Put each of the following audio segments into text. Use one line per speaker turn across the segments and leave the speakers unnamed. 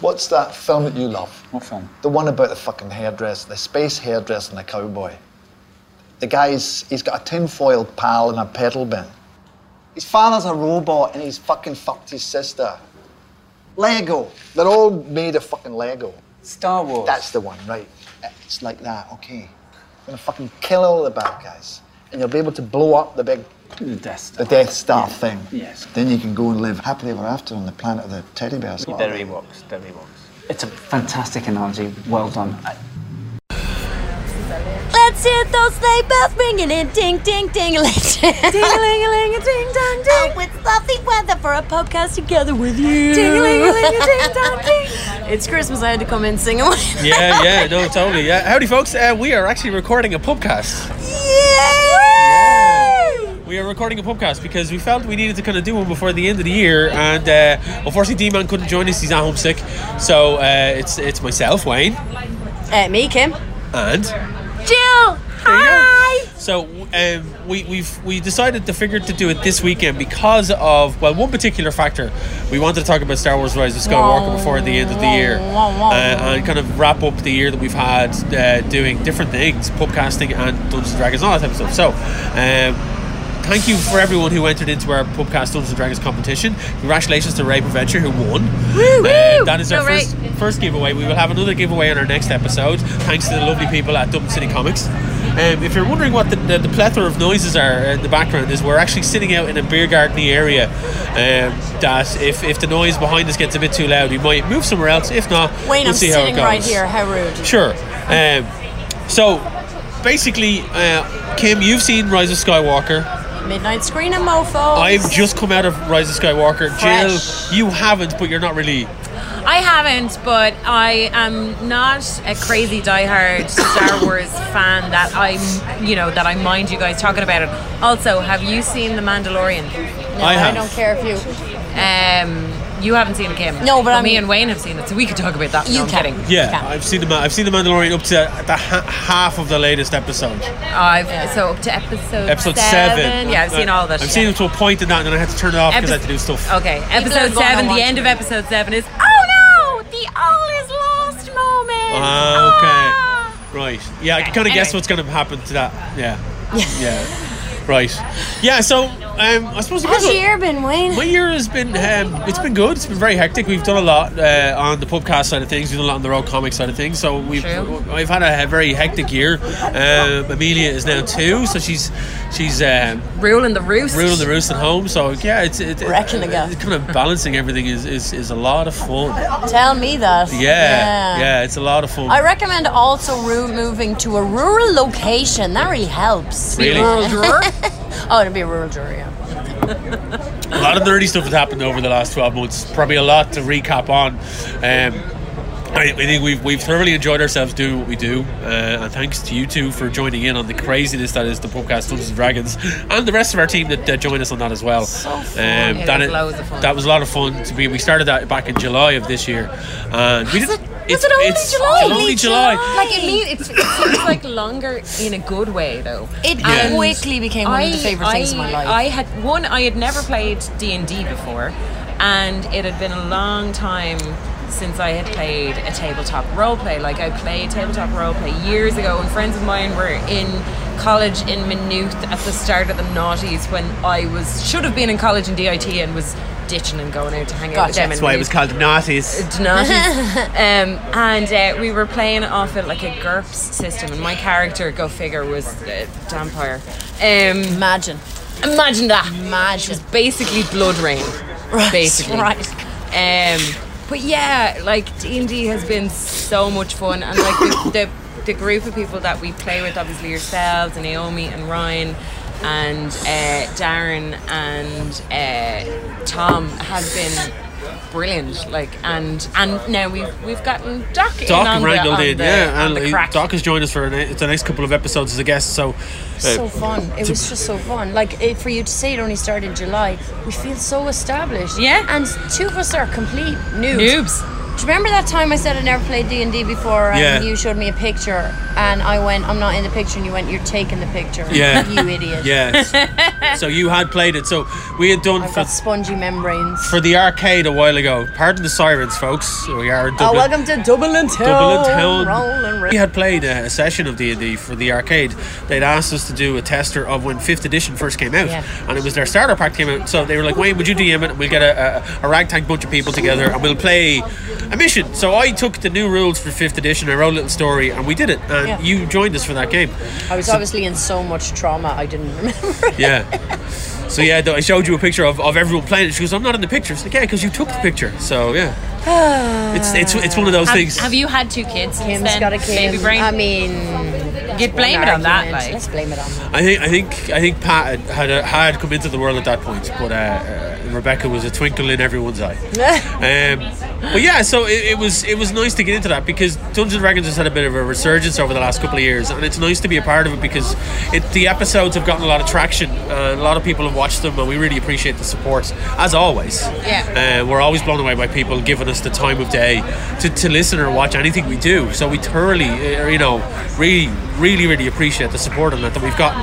What's that film that you love?
What film?
The one about the fucking hairdresser, the space hairdresser and the cowboy. The guy's, he's got a tinfoil pal and a pedal bin. His father's a robot and he's fucking fucked his sister. Lego. They're all made of fucking Lego.
Star Wars.
That's the one, right? It's like that, okay. I'm gonna fucking kill all the bad guys and you'll be able to blow up the big
the Death Star.
the Death Star thing.
Yes.
Then you can go and live happily ever after on the planet of the teddy bears.
They're Ewoks. They're Ewoks.
It's a fantastic analogy. Well done. I-
Let's hit those sleigh bells ringing in ding ding ding ding ding ling ling ding dong ding. Oh, it's lovely weather for a podcast together with you. Ding ling ling ding dong ding. It's Christmas. I had to come in and sing away.
Yeah, yeah, no, totally. Yeah. Howdy, folks. Uh, we are actually recording a podcast.
Yay!
We are recording a podcast because we felt we needed to kind of do one before the end of the year, and uh, unfortunately, D-Man couldn't join us. He's at home sick, so uh, it's it's myself, Wayne,
Uh, me, Kim,
and
Jill. Hi.
So um, we we've we decided to figure to do it this weekend because of well one particular factor. We wanted to talk about Star Wars: Rise of Skywalker before the end of the year uh, and kind of wrap up the year that we've had uh, doing different things, podcasting and Dungeons and Dragons, and all that type of stuff. So. Um, Thank you for everyone who entered into our podcast Dungeons and Dragons competition. Congratulations to Ray Preventure who won.
Woo,
Uh,
woo.
that is our
Go, Ray.
first first giveaway. We will have another giveaway on our next episode, thanks to the lovely people at Dublin City Comics. Um, if you're wondering what the, the, the plethora of noises are in the background is, we're actually sitting out in a beer gardeny area. Um, that if, if the noise behind us gets a bit too loud, we might move somewhere else. If not,
Wayne,
we'll
I'm
see
sitting
how it
right
goes.
here. How rude.
Sure. Um, so basically, uh, Kim, you've seen Rise of Skywalker.
Midnight screen and mofo.
I've just come out of Rise of Skywalker.
Fresh.
Jill, you haven't, but you're not really.
I haven't, but I am not a crazy diehard Star Wars fan that I'm, you know, that I mind you guys talking about it. Also, have you seen The Mandalorian?
No,
I have.
don't care if you.
Um, you haven't seen it, Kim.
No, but I'm-
me and Wayne have seen it, so we could talk about that.
You
no, I'm
can.
kidding.
Yeah,
Yeah.
I've seen the Ma- I've seen the Mandalorian up to the ha- half of the latest episode,
I've, So up to episode
episode seven.
Yeah, I've seen all that.
I've
shit.
seen it to a point in that, and then I had to turn it off because I had to do stuff.
Okay,
are
episode
gonna
seven.
watch
The end
it.
of episode seven is oh no, the all is lost moment.
Ah,
Ah.
okay, right. Yeah, I can kind of guess
anyway.
what's going to happen to that. Yeah, yeah, right. Yeah, so um, I suppose we might
How's
as well-
your ear been, Wayne?
My year has been um, it's been good. It's been very hectic. We've done a lot uh, on the podcast side of things. We've done a lot on the road comic side of things. So we've
True.
I've had a very hectic year. Um, Amelia is now two, so she's she's um,
Ruling the roost.
ruling the roost at home. So yeah, it's it's,
Wrecking the guy.
it's kind of balancing everything is, is is a lot of fun.
Tell me that.
Yeah, yeah, it's a lot of fun.
I recommend also ru- moving to a rural location. That really helps.
Really?
Rural drawer.
Oh, it'd be a rural jury. yeah.
a lot of nerdy stuff has happened over the last 12 months. Probably a lot to recap on. Um, I, I think we've, we've thoroughly enjoyed ourselves doing what we do, uh, and thanks to you two for joining in on the craziness that is the podcast Dungeons and Dragons, and the rest of our team that uh, joined us on that as well. So fun.
It
that,
was loads of fun.
that was a lot of fun to be. We started that back in July of this year, and we didn't.
was it only July?
Only
Only
July.
July.
Like it means it's, it seems like longer in a good way though.
It
Yeah.
quickly became one of the favorite things in my life.
I had one. I had never played D and D before, and it had been a long time since I had played a tabletop role play. Like I played tabletop role play years ago, and friends of mine were in college in Maynooth at the start of the noughties when I was should have been in college in DIT and was ditching and going out to hang out with
Gotcha.
them. in
That's why it was
Maynooth.
called Nazis.
Donati. um, and uh, we were playing off it like a GURPS system, and my character, go figure, was a vampire. Um,
Imagine.
imagine that.
Imagine.
Basically, blood rain.
Right,
Basically.
right.
Um, but yeah, like D and D has been so much fun, and like the, the the group of people that we play with, obviously yourselves and Naomi and Ryan and uh, Darren and uh, Tom has been brilliant. Like and and now we've we've gotten Doc,
Doc
in on
and
the,
Randall
on
did,
the,
yeah,
on
and
the
he-
crack.
Doc has joined us for the ne- the next couple of episodes as a guest. So, uh,
so fun. It was just so fun. Like it, for you to say it only started in July, we feel so established.
Yeah.
And two of us are complete noobs.
Noobs.
Do you remember that time I said I never played D and D before, and
Yeah.
you showed me a picture, and I went, "I'm not in the picture," and you went, "You're taking the picture."
Yeah.
you idiot.
Yes. so you had played it. So we had done
I've
for,
got spongy membranes.
for the arcade a while ago. Pardon the sirens, folks. We are in
oh,
Dublin.
welcome to Dublin Town.
Dublin Town.
Rolling
We
ri-
had played a, a session of D&D for the arcade. They'd asked us to do a tester of when 5th edition first came out.
Yeah.
And it was their starter pack came out. So they were like, Wayne, would you DM it? And we'll get a, a, a ragtag bunch of people together and we'll play a mission. So I took the new rules for 5th edition, I wrote a little story, and we did it. And
Yeah.
you joined us for that game.
I was obviously in so much trauma I didn't remember. it.
Yeah. So yeah, though, I showed you a picture of, of everyone playing it. She goes, "I'm not in the picture." It's like, "Yeah, because you took the picture." So yeah, it's it's it's one of those
Have,
things.
have you had two kids? since
Kim's
then?
got a kid.
Baby brain.
I mean,
You'd blame
an
it on that,
argument.
like.
Let's blame it on that.
I think I think I think Pat had had, had come into the world at that point, but uh, uh, Rebecca was a twinkle in everyone's eye. um, but yeah, so it, it was it was nice to get into that because Dungeons and Dragons has had a bit of a resurgence over the last couple of years, and it's nice to be a part of it because it, the episodes have gotten a lot of traction and a lot of people have watched them, and we really appreciate the support as always.
Yeah.
uh, we're always blown away by people giving us the time of day to, to listen or watch anything we do. So we thoroughly, uh, you know, really, really, really appreciate the support on that that we've gotten.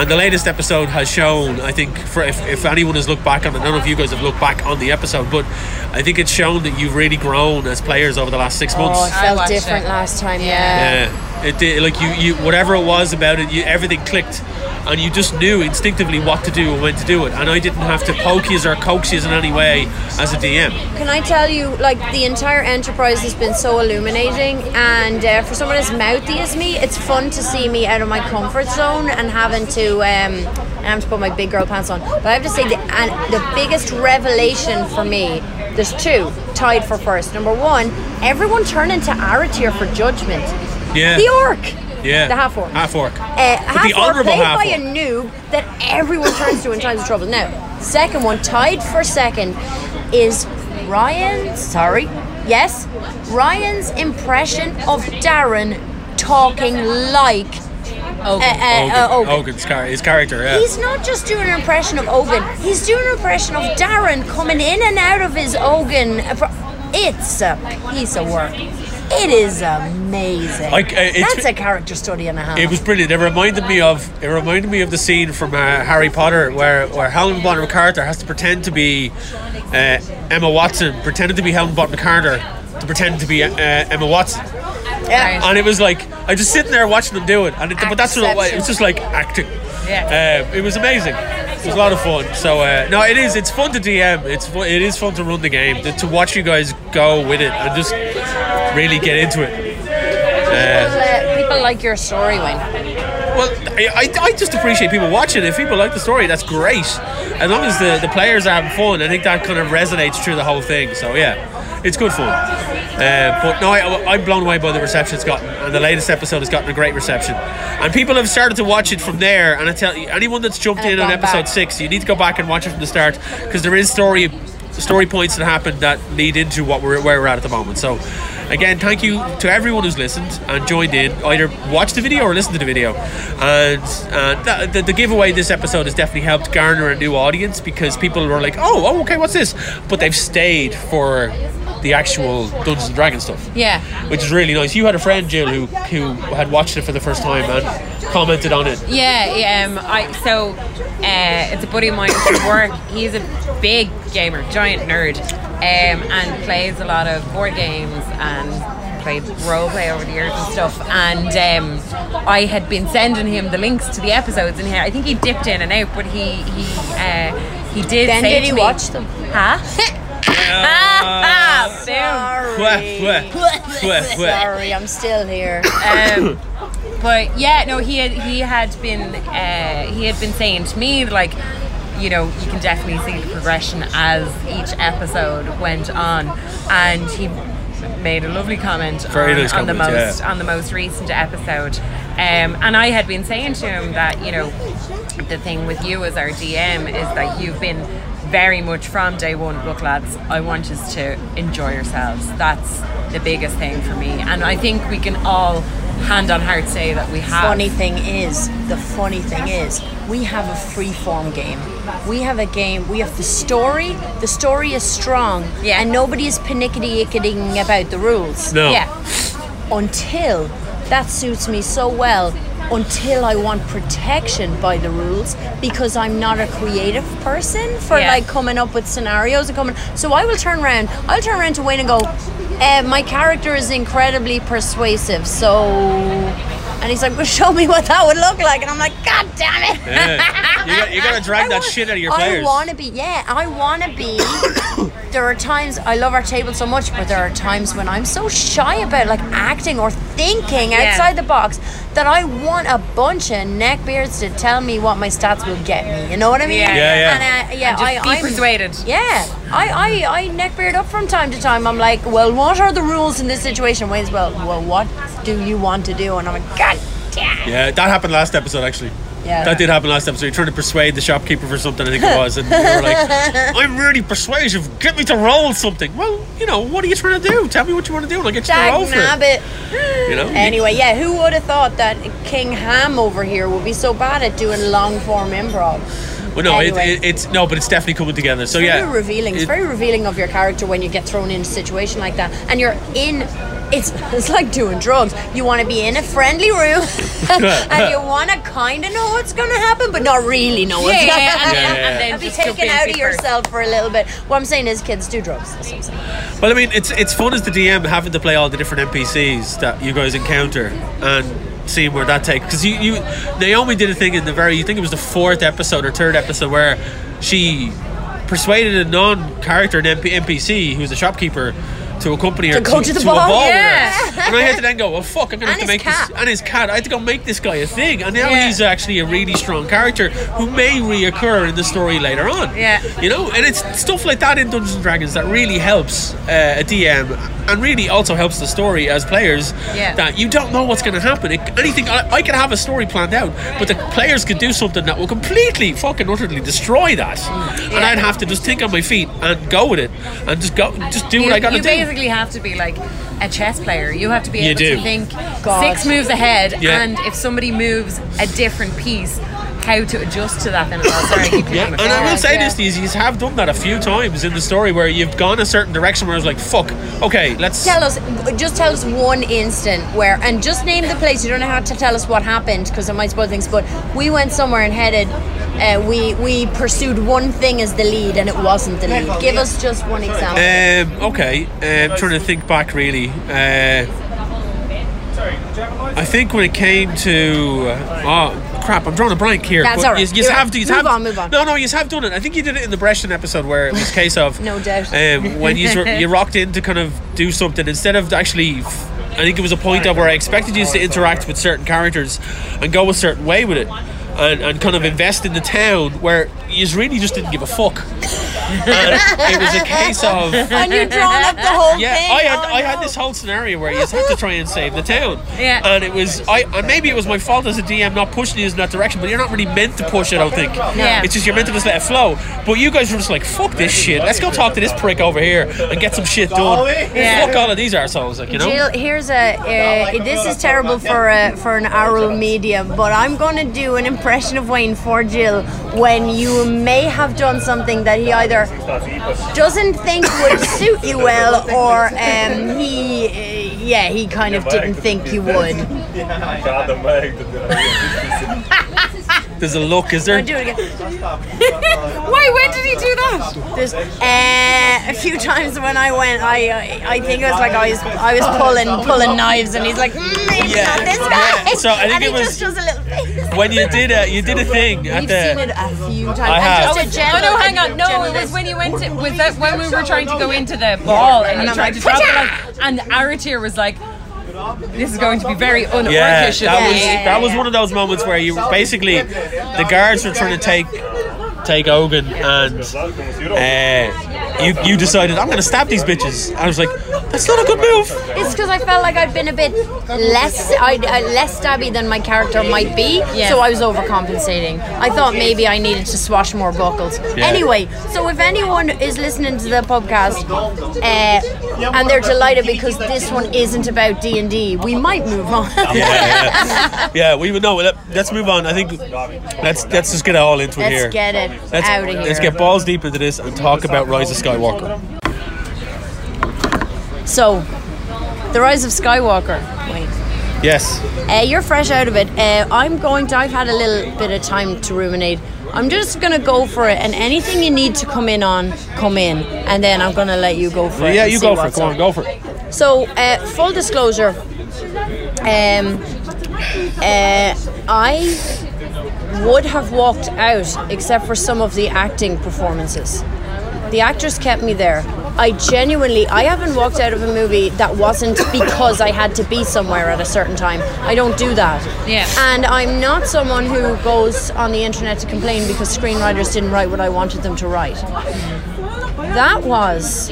And the latest episode has shown, I think, for if, if anyone has looked back on it, none of you guys have looked back on the episode, but I think it's shown that you've really grown as players over the last six
Oh, it
months.
felt
watched
different
it.
last time. Yeah.
Yeah, it did. Like you, you, whatever it was about it, you, everything clicked, and you just knew instinctively what to do and when to do it. And I didn't have to poke you or coax you in any way as a DM.
Can I tell you, like, the entire enterprise has been so illuminating, and uh, for someone as mouthy as me, it's fun to see me out of my comfort zone and having to, um, and I have to put my big girl pants on. But I have to say, the, and the biggest revelation for me, there's two tied for first. Number one, everyone turned into Aratir for judgment.
Yeah.
The orc.
Yeah.
The half orc.
Half orc.
uh,
But the
half hour
honourable
played
half
by a
orc.
noob that everyone turns to in times of trouble. Now, second one, tied for second, is Ryan. Sorry. Yes, Ryan's impression of Darren talking like. Uh,
Ogun.
uh, uh, Ogun.
Ogun's char- his character, yeah.
He's not just doing an impression of Ogan. He's doing an impression of Darren coming in and out of his Ogan. It's a piece of work. It is amazing.
Like, uh, it's-
That's a character study and a half.
it was brilliant. It reminded me of it reminded me of the scene from uh, Harry Potter where where Helen Bonham Carter has to pretend to be uh, Emma Watson, pretended to be Helen Bonham Carter to pretend to be uh, Emma Watson.
yeah.
And it was like I'm just sitting there watching them do it, and it, but that's what it was. It was just like acting.
Yeah.
Uh, it was amazing. It was a lot of fun. So uh, no, it is. It's fun to DM. It's fun, it is fun to run the game. To, to watch you guys go with it and just really get into it.
People, uh, people like your story, Wayne.
Well, I, I, I just appreciate people watching. If people like the story, that's great. As long as the, the players are having fun, I think that kind of resonates through the whole thing. So yeah, it's good fun. Uh, but no, I, I'm blown away by the reception it's gotten, and the latest episode has gotten a great reception. And people have started to watch it from there. And I tell you, anyone that's jumped
And
in on
gone
episode
back.
six, you need to go back and watch it from the start because there is story story points that happen that lead into what we're where we're at at the moment. So. Again, thank you to everyone who's listened and joined in. Either watch the video or listen to the video. And uh, that, the, the giveaway this episode has definitely helped garner a new audience because people were like, "Oh, oh, okay, what's this?" But they've stayed for the actual Dungeons and Dragons stuff
Yeah.
which is really nice. You had a friend, Jill, who who had watched it for the first time and commented on it.
Yeah, yeah. Um, I so uh, it's a buddy of mine from work. He's a big gamer, giant nerd, um, and plays a lot of board games and played role play over the years and stuff. And um, I had been sending him the links to the episodes, and he, I think he dipped in and out, but he he uh, he did.
Then
say
did
to
he
me-
watch them?
Huh? ah, boom.
Wah, wah, wah, wah.
Sorry, I'm still here.
Um, but yeah, no, he had he had been uh, he had been saying to me like, you know, you can definitely see the progression as each episode went on, and he made a lovely comment
Very
on,
nice
on the
comment,
most
yeah.
on the most recent episode. Um, and I had been saying to him that you know the thing with you as our DM is that you've been very much from day one. Look, lads, I want us to enjoy yourselves. That's the biggest thing for me, and I think we can all hand on heart say that we have.
funny thing is, the funny thing is, we have a free form game. We have a game. We have the story. The story is strong,
Yeah.
and nobody is panicky icking about the rules
No.
Yeah.
until that suits me so well until I want protection by the rules because I'm not a creative person for
Yeah.
like coming up with scenarios and coming so I will turn around I'll turn around to Wayne and go uh, my character is incredibly persuasive so and he's like well show me what that would look like and I'm like god damn it
Yeah. You, got, you gotta drag
I
that
want-
shit out of your
I
players.
want to be, yeah, I want to be. there are times I love our table so much, but there are times when I'm so shy about like acting or thinking outside the box that I want a bunch of neckbeards to tell me what my stats will get me. You know what I mean?
Yeah.
Yeah, yeah.
And, uh, yeah,
And just
I,
be
I'm-
persuaded.
Yeah, I, I, I neckbeard up from time to time. I'm like, well, what are the rules in this situation? Wayne's, well, well, what do you want to do? And I'm like, God damn.
Yeah, that happened last episode actually.
Yeah.
That did happen last episode. You're trying to persuade the shopkeeper for something, I think it was, and you were like, I'm really persuasive, get me to roll something. Well, you know, what are you trying to do? Tell me what you want to do and I'll get you to roll for it.
Dagnabbit.
You know?
Anyway, yeah, who would have thought that King Ham over here would be so bad at doing long form improv?
Well, no,
anyway.
it, it, it's no, but it's definitely coming together. So
It's
Oh, yeah,
very revealing. It's
it-
very revealing of your character when you get thrown in a situation like that, and you're in. It's it's like doing drugs. You want to be in a friendly room, and you want to kind of know what's going to happen, but not really know what's
Yeah,
going to
yeah,
happen.
and
then- and
then
be
just go
taken out of
crazy first.
yourself for a little bit. What I'm saying is, kids do drugs. That's what I'm saying.
Well, I mean, it's it's fun as the DM having to play all the different NPCs that you guys encounter and seeing where that takes. Because you, you, Naomi did a thing in the very, you think it was the fourth episode or third episode where she persuaded a non-character an MP, NPC who was a shopkeeper to accompany her
To go to the
to
ball.
a ball with her.
Yeah.
And I had to then go, well, fuck, I'm gonna
And
have to make
his
this
cat.
and his cat. I had to go make this guy a thing, and now
Yeah.
he's actually a really strong character who may reoccur in the story later on.
Yeah.
You know, and it's stuff like that in Dungeons and Dragons that really helps uh, a DM and really also helps the story as players.
Yeah.
That you don't know what's going to happen. It, anything I, I could have a story planned out, but the players could do something that will completely fucking utterly destroy that, and I'd have to just think on my feet and go with it and just go, just do what
you,
I got to
you
do.
basically have to be like a chess player. You have to be
You
able
do.
to think
God.
six moves ahead,
Yeah.
and if somebody moves a different piece, how to adjust to that. Then oh, sorry, I keep
Yeah,
doing
and
it.
I will say
Yeah.
this to you, you have done that a few times in the story where you've gone a certain direction where I was like, fuck, okay, let's.
tell us just tell us one instant where and just name the place you don't have to tell us what happened because it might spoil things but we went somewhere and headed uh, we we pursued one thing as the lead and it wasn't the lead give us just one example
Um, okay, um, trying to think back really. Uh, I think when it came to oh crap, I'm drawing a blank here.
That's
but
all right.
yous- yous
You're
have
right.
yous
Move
have-
on, move on.
No, no, you have done it. I think you did it in the Breshton episode where it was a case of
No doubt.
um, when you you rocked in to kind of do something instead of actually. f- I think it was a point of where I expected you to interact with certain characters and go a certain way with it. And, and kind of invest in the town where you really just didn't give a fuck. And it was a case of
and you drawn up the whole
yeah,
thing
I had
Oh,
I had
no.
this whole scenario where you just had to try and save the town.
Yeah.
And it was I and maybe it was my fault as a DM not pushing you in that direction, but you're not really meant to push it, I don't think.
Yeah.
It's just you're meant to just let it flow. But you guys were just like, fuck this shit. Let's go talk to this prick over here and get some shit done.
Yeah.
Fuck all of these arseholes, like you know?
Jill, here's a. Uh, this is terrible for a, for an oral medium, but I'm gonna do an impression of Wayne for Jill when you may have done something that he either doesn't think would suit you well, or um, he, uh, yeah, he kind of didn't think you would.
There's a look, is there?
Do it again.
Why? When did he do that?
There's uh, a few times when I went, I I I think it was like I was I was pulling pulling knives, and he's like, mm, it's
Yeah.
not this guy.
Yeah. So I think
and
it
he
was-
just does a little face.
When you did a you did a thing at
You've
the
seen it a few times.
I have.
And just a
Oh
general,
no, hang on. No,
general-
it was when you went to was that when we were trying to go into the ball and you
I'm
tried
like,
to drop
"Put
it like, and Aratir was like, "This is going to be very un
Yeah,
Orcish of
that
me."
was
yeah,
that was
yeah.
one of those moments where you basically the guards were trying to take take É, Ogan and uh, you you decided I'm gonna stab these bitches. I was like, That's not a good move.
It's because I felt like I'd been a bit less, I, I less stabby than my character might be.
Yeah.
So I was overcompensating. I thought maybe I needed to swash more buckles.
Yeah.
Anyway, so if anyone is listening to the podcast uh, and they're delighted because this one isn't about D and D, we might move on.
Yeah, yeah. yeah we would know. Let, let's move on. I think let's let's just get it all into it
Let's
here.
get it
Let's,
out of here.
let's get balls deep into this and talk about Rise of Skywalker.
so, the rise of Skywalker. Wait.
Yes.
Uh, you're fresh out of it. Uh, I'm going to. I've had a little bit of time to ruminate. I'm just going to go for it, and anything you need to come in on, come in, and then I'm going to let you go for it.
Yeah,
and
you
see
go for it.
what's
Come on,
up.
go for it.
So, uh, full disclosure, um, uh, I would have walked out except for some of the acting performances. The actors kept me there. I genuinely, I haven't walked out of a movie that wasn't because I had to be somewhere at a certain time. I don't do that.
Yeah.
And I'm not someone who goes on the internet to complain because screenwriters didn't write what I wanted them to write. That was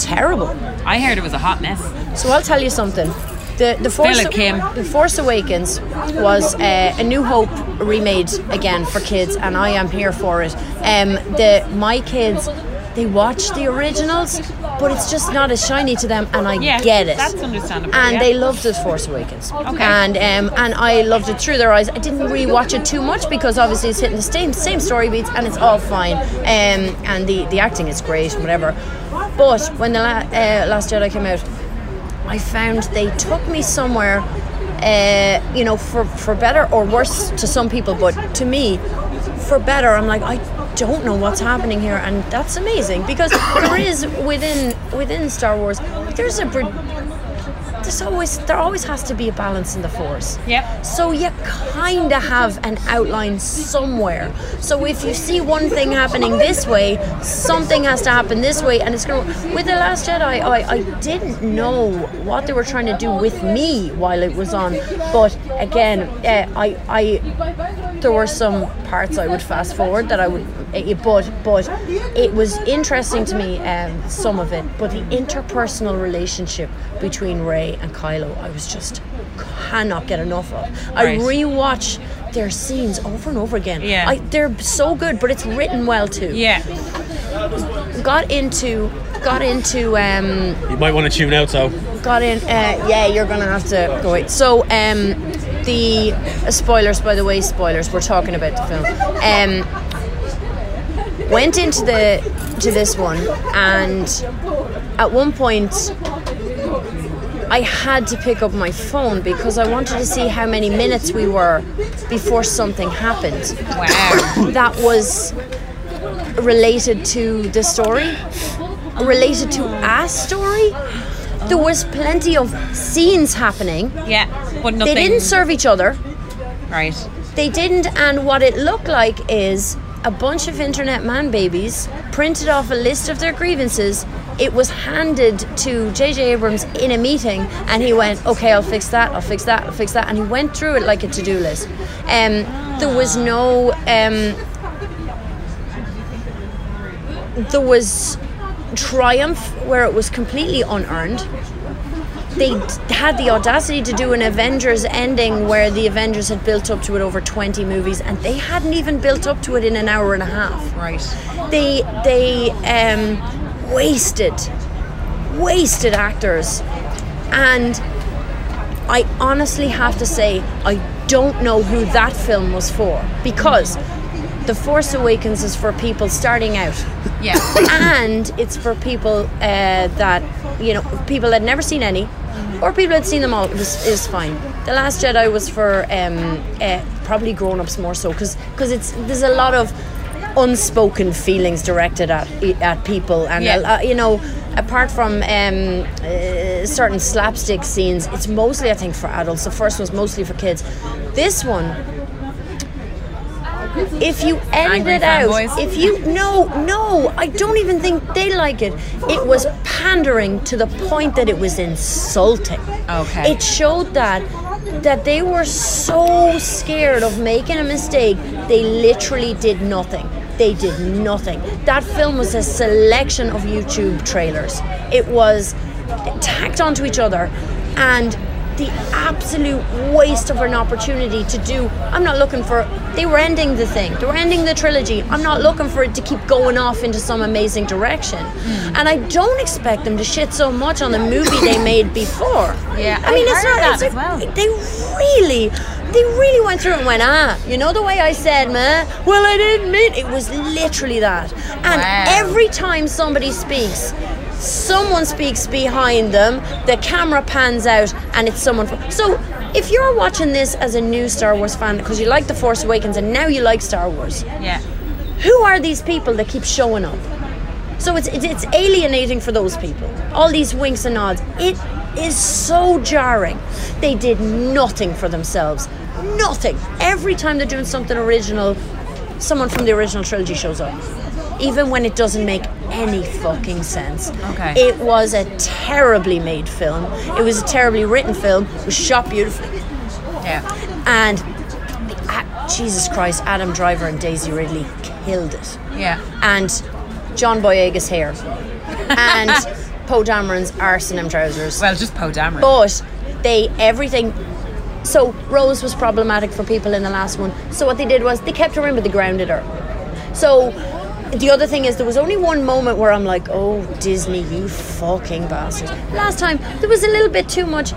terrible.
I heard it was a hot mess.
So I'll tell you something. The, the Force
Philip Kim.
The Force Awakens was uh, a New Hope remade again for kids, and I am here for it. Um, the my kids, they watch the originals, but it's just not as shiny to them, and I
Yeah,
get it.
that's understandable,
And
yeah.
they loved the Force Awakens.
Okay.
And um, and I loved it through their eyes. I didn't really watch it too much because obviously it's hitting the same same story beats, and it's all fine. Um, and the the acting is great, and whatever. But when the la- uh, Last Jedi came out, I found they took me somewhere, uh, you know, for, for better or worse to some people, but to me, for better, I'm like, I don't know what's happening here, and that's amazing because there is within within Star Wars, there's a br- there's always there always has to be a balance in the force.
Yep.
So you kind of have an outline somewhere. So if you see one thing happening this way, something has to happen this way, and it's going to. With the Last Jedi, I, I didn't know what they were trying to do with me while it was on, but again, uh, I I there were some parts I would fast forward that I would, eh, but but it was interesting to me um, some of it, but the interpersonal relationship between Ray and Kylo, I was just cannot get enough of. I
Right.
rewatch their scenes over and over again.
Yeah.
I, they're so good, but it's written well too.
Yeah.
Got into, got into, um,
You might want to tune out, so
got in. Uh, yeah, you're gonna have to go wait. So, um, the uh, spoilers, by the way, spoilers. We're talking about the film. Um, went into the to this one, and at one point. I had to pick up my phone because I wanted to see how many minutes we were before something happened
Wow.
that was related to the story, related to our story. There was plenty of scenes happening.
yeah. But
They
nothing.
didn't serve each other.
Right.
They didn't, and what it looked like is a bunch of internet man babies printed off a list of their grievances. It was handed to JJ Abrams in a meeting, and he went, Okay, I'll fix that, I'll fix that, I'll fix that. And he went through it like a to do list. Um, there was no. Um, there was triumph where it was completely unearned. They d- had the audacity to do an Avengers ending where the Avengers had built up to it over 20 movies and they hadn't even built up to it in an hour and a half.
Right.
They they um, wasted wasted actors and I honestly have to say I don't know who that film was for because The Force Awakens is for people starting out
Yeah.
and it's for people uh, that you know people that never seen any or people that seen them all is, is fine the last jedi was for um, uh, probably grown-ups more so because it's there's a lot of unspoken feelings directed at e, at people and a
Yeah.
lo- you know apart from um, uh, certain slapstick scenes it's mostly i think for adults the first one's mostly for kids this one if you edited
Angry
it out,
fanboys.
if you no, no, I don't even think they like it. It was pandering to the point that it was insulting.
Okay.
It showed that that they were so scared of making a mistake, they literally did nothing. They did nothing. That film was a selection of YouTube trailers. It was tacked onto each other and the absolute waste of an opportunity to do I'm not looking for they were ending the thing they were ending the trilogy I'm not looking for it to keep going off into some amazing direction and I don't expect them to shit so much on the movie they made before
Yeah,
I mean
I
it's
heard
not
that
it's
as
a-
well.
they really they really went through and went ah you know the way I said man well I didn't mean it was literally that and
Wow.
every time somebody speaks someone speaks behind them the camera pans out and it's someone fr- so if you're watching this as a new Star Wars fan because you like The Force Awakens and now you like Star Wars
Yeah.
who are these people that keep showing up? So it's, it's it's alienating for those people. All these winks and nods. It is so jarring. They did nothing for themselves. Nothing. Every time they're doing something original, someone from the original trilogy shows up. Even when it doesn't make any fucking sense.
Okay.
It was a terribly made film. It was a terribly written film. It was shot beautifully.
Yeah.
And ah, Jesus Christ, Adam Driver and Daisy Ridley killed it.
Yeah.
And John Boyega's hair. And Poe Dameron's arsenum trousers.
Well, just Poe Dameron.
But they, everything. So Rose was problematic for people in the last one. So what they did was they kept her in, but they grounded her. So the other thing is there was only one moment where I'm like, oh Disney, you fucking bastards. Last time there was a little bit too much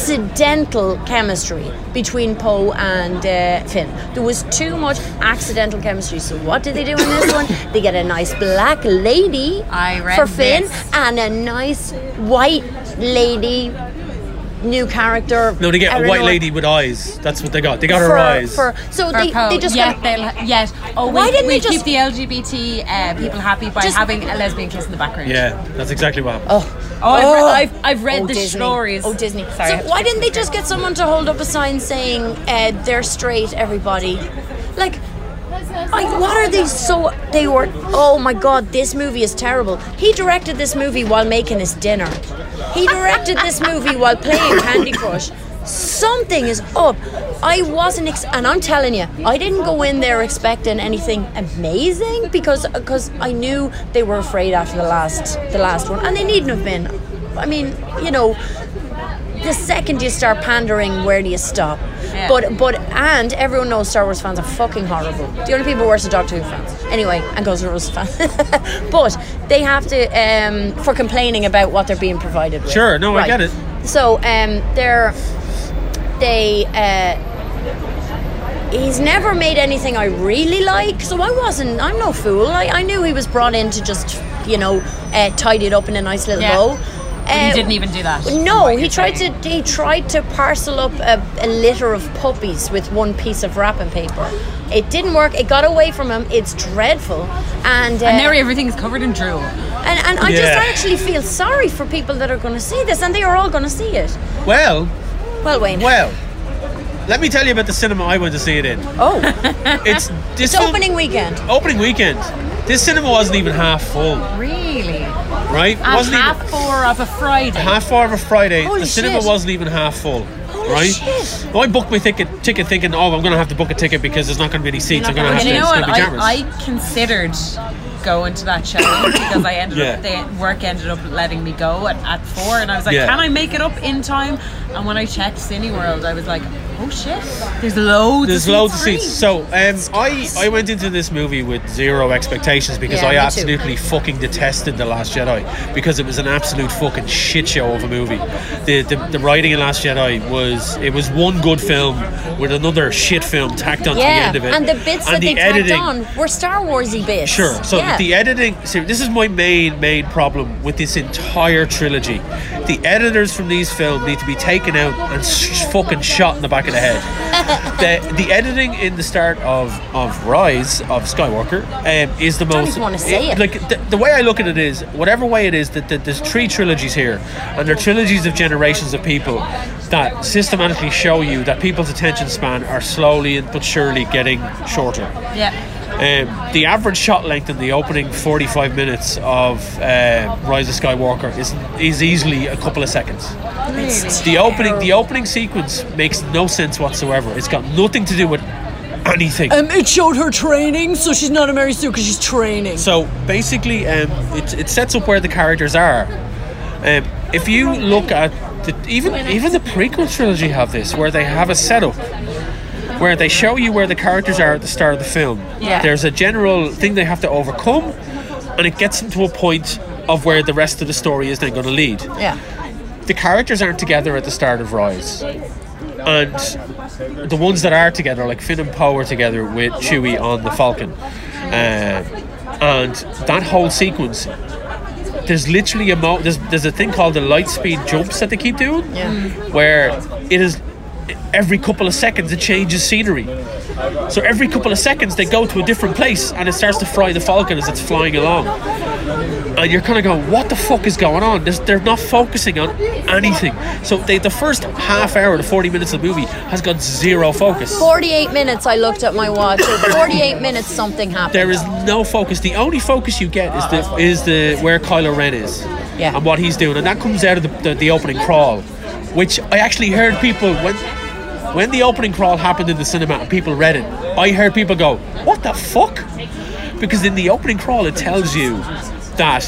accidental chemistry between Poe and uh, Finn. There was too much accidental chemistry. So what did they do in this one? They get a nice black lady
I read
for Finn
this.
and a nice white lady new character.
No, they get a
Erin
white
Or-
lady with eyes. That's what they got. They got her
for-
eyes.
for- so
For
they,
Poe.
they just
yes,
got-
they'll, yes. Oh,
Why
we,
didn't
we
they just-
keep the LGBT uh, people happy by
Just-
having a lesbian kiss in the background?
yeah, that's exactly what. happened.
Oh,
Oh, I've re- I've- I've read the stories.
Oh, Disney.
Sorry, I have
so
to
why
take
didn't
some
they just get someone to hold up a sign saying uh, they're straight, everybody? Like, I, what are they so? They were. Oh my God, this movie is terrible. He directed this movie while making his dinner. He directed this movie while playing Candy Crush. Something is up. I wasn't, ex- and I'm telling you, I didn't go in there expecting anything amazing because because I knew they were afraid after the last the last one, and they needn't have been. I mean, you know, the second you start pandering, where do you stop?
Yeah.
But but and everyone knows Star Wars fans are fucking horrible. The only people worse are Doctor Who fans. Anyway, and Guns N' Roses fans. but they have to um, for complaining about what they're being provided with.
Sure, no, I
Right.
get it.
So um, they're they. Uh, He's never made anything I really like, so I wasn't. I'm no fool. I, I knew he was brought in to just, you know, uh, tidy it up in a nice little
Yeah.
bow.
He
Uh,
didn't even do that.
no,
What
he
you're
tried to
saying.
he tried to parcel up a, a litter of puppies with one piece of wrapping paper. It didn't work. It got away from him. It's dreadful. And, uh,
And now everything's covered in drool.
and, and I just
Yeah.
I actually feel sorry for people that are going to see this, and they are all going to see it.
Well,
Well, Wayne.
well. Let me tell you about the cinema I went to see it in.
oh,
It's this
it's
film-
opening weekend.
opening weekend. This cinema wasn't even half full,
Really? And
right? wasn't
half
even
four of a Friday.
half hour of a Friday.
Holy
the cinema
shit.
wasn't even half full,
Holy
right?
shit.
Well, I booked my ticket, ticket thinking, oh, I'm going to have to book a ticket because there's not going to be any seats. I'm going to have
And
to
you know
it's
what?
gonna be cameras.
I, I considered going to that show because I ended
Yeah.
up the work ended up letting me go at, at four and I was like,
Yeah.
Can I make it up in time? And when I checked Cineworld I was like, Oh shit. There's loads
There's
of
loads of
seats.
seats. So um, I I went into this movie with zero expectations because
Yeah,
I
me too.
absolutely fucking detested the Last Jedi because it was an absolute fucking shit show of a movie. The, the the writing in Last Jedi was it was one good film with another shit film tacked onto
Yeah,
the end of it.
and the bits that
And
they
the
tacked
editing-
on were Star Warsy bits.
Sure. So
yeah.
the editing. So this is my main main problem with this entire trilogy. The editors from these films need to be taken out and sh- fucking shot in the back of the head. the the editing in the start of of Rise of Skywalker um, is the most.
even wanna say it.
Like the, the way I look at it is, whatever way it is, that that there's three trilogies here, and they're trilogies of generations of people that systematically show you that people's attention span are slowly and but surely getting shorter.
Yeah.
Um, the average shot length in the opening 45 minutes of uh, Rise of Skywalker is is easily a couple of seconds. The opening the opening sequence makes no sense whatsoever. It's got nothing to do with anything.
Um, it showed her training, so she's not a Mary Sue because she's training.
So basically, um, it, it sets up where the characters are. Um, if you look at the, even even the prequel trilogy have this where they have a setup where they show you where the characters are at the start of the film.
Yeah.
There's a general thing they have to overcome, and it gets them to a point of where the rest of the story is then going to lead.
Yeah.
The characters aren't together at the start of Rise. And the ones that are together, like Finn and Poe, are together with Chewie on the Falcon. Um, and that whole sequence there's literally a mo- there's, there's a thing called the light speed jumps that they keep doing
Mm.
where it is every couple of seconds it changes scenery so every couple of seconds they go to a different place and it starts to fry the falcon as it's flying along and you're kind of going what the fuck is going on There's they're not focusing on anything so they, the first half hour to 40 minutes of the movie has got zero focus
48 minutes, I looked at my watch. At 48 minutes, something happened.
There is no focus. The only focus you get is the is the where Kylo Ren is
Yeah.
and what he's doing, and that comes out of the, the, the opening crawl, which I actually heard people when when the opening crawl happened in the cinema and people read it. I heard people go, "What the fuck?" Because in the opening crawl, it tells you that.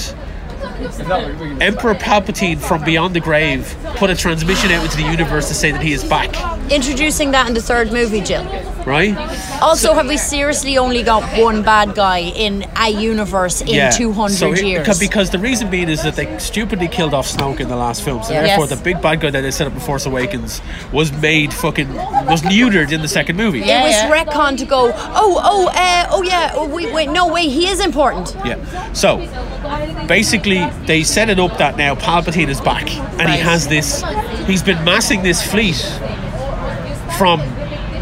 Emperor Palpatine from beyond the grave put a transmission out into the universe to say that he is back,
Introducing that in the third movie, Jill.
right?
Also, have we seriously only got one bad guy in a universe in 200
So it-
years?
Because, because the reason being is that they stupidly killed off Snoke in the last film, so
Yeah.
therefore
Yes.
the big bad guy that they set up in Force Awakens was made fucking was neutered in the second movie.
it was
yeah.
retcon to go, oh, oh, uh, oh yeah, oh, wait, wait, no, wait, he is important.
Yeah. So basically, they set it up that now Palpatine is back, and he
Right.
has this. He's been massing this fleet from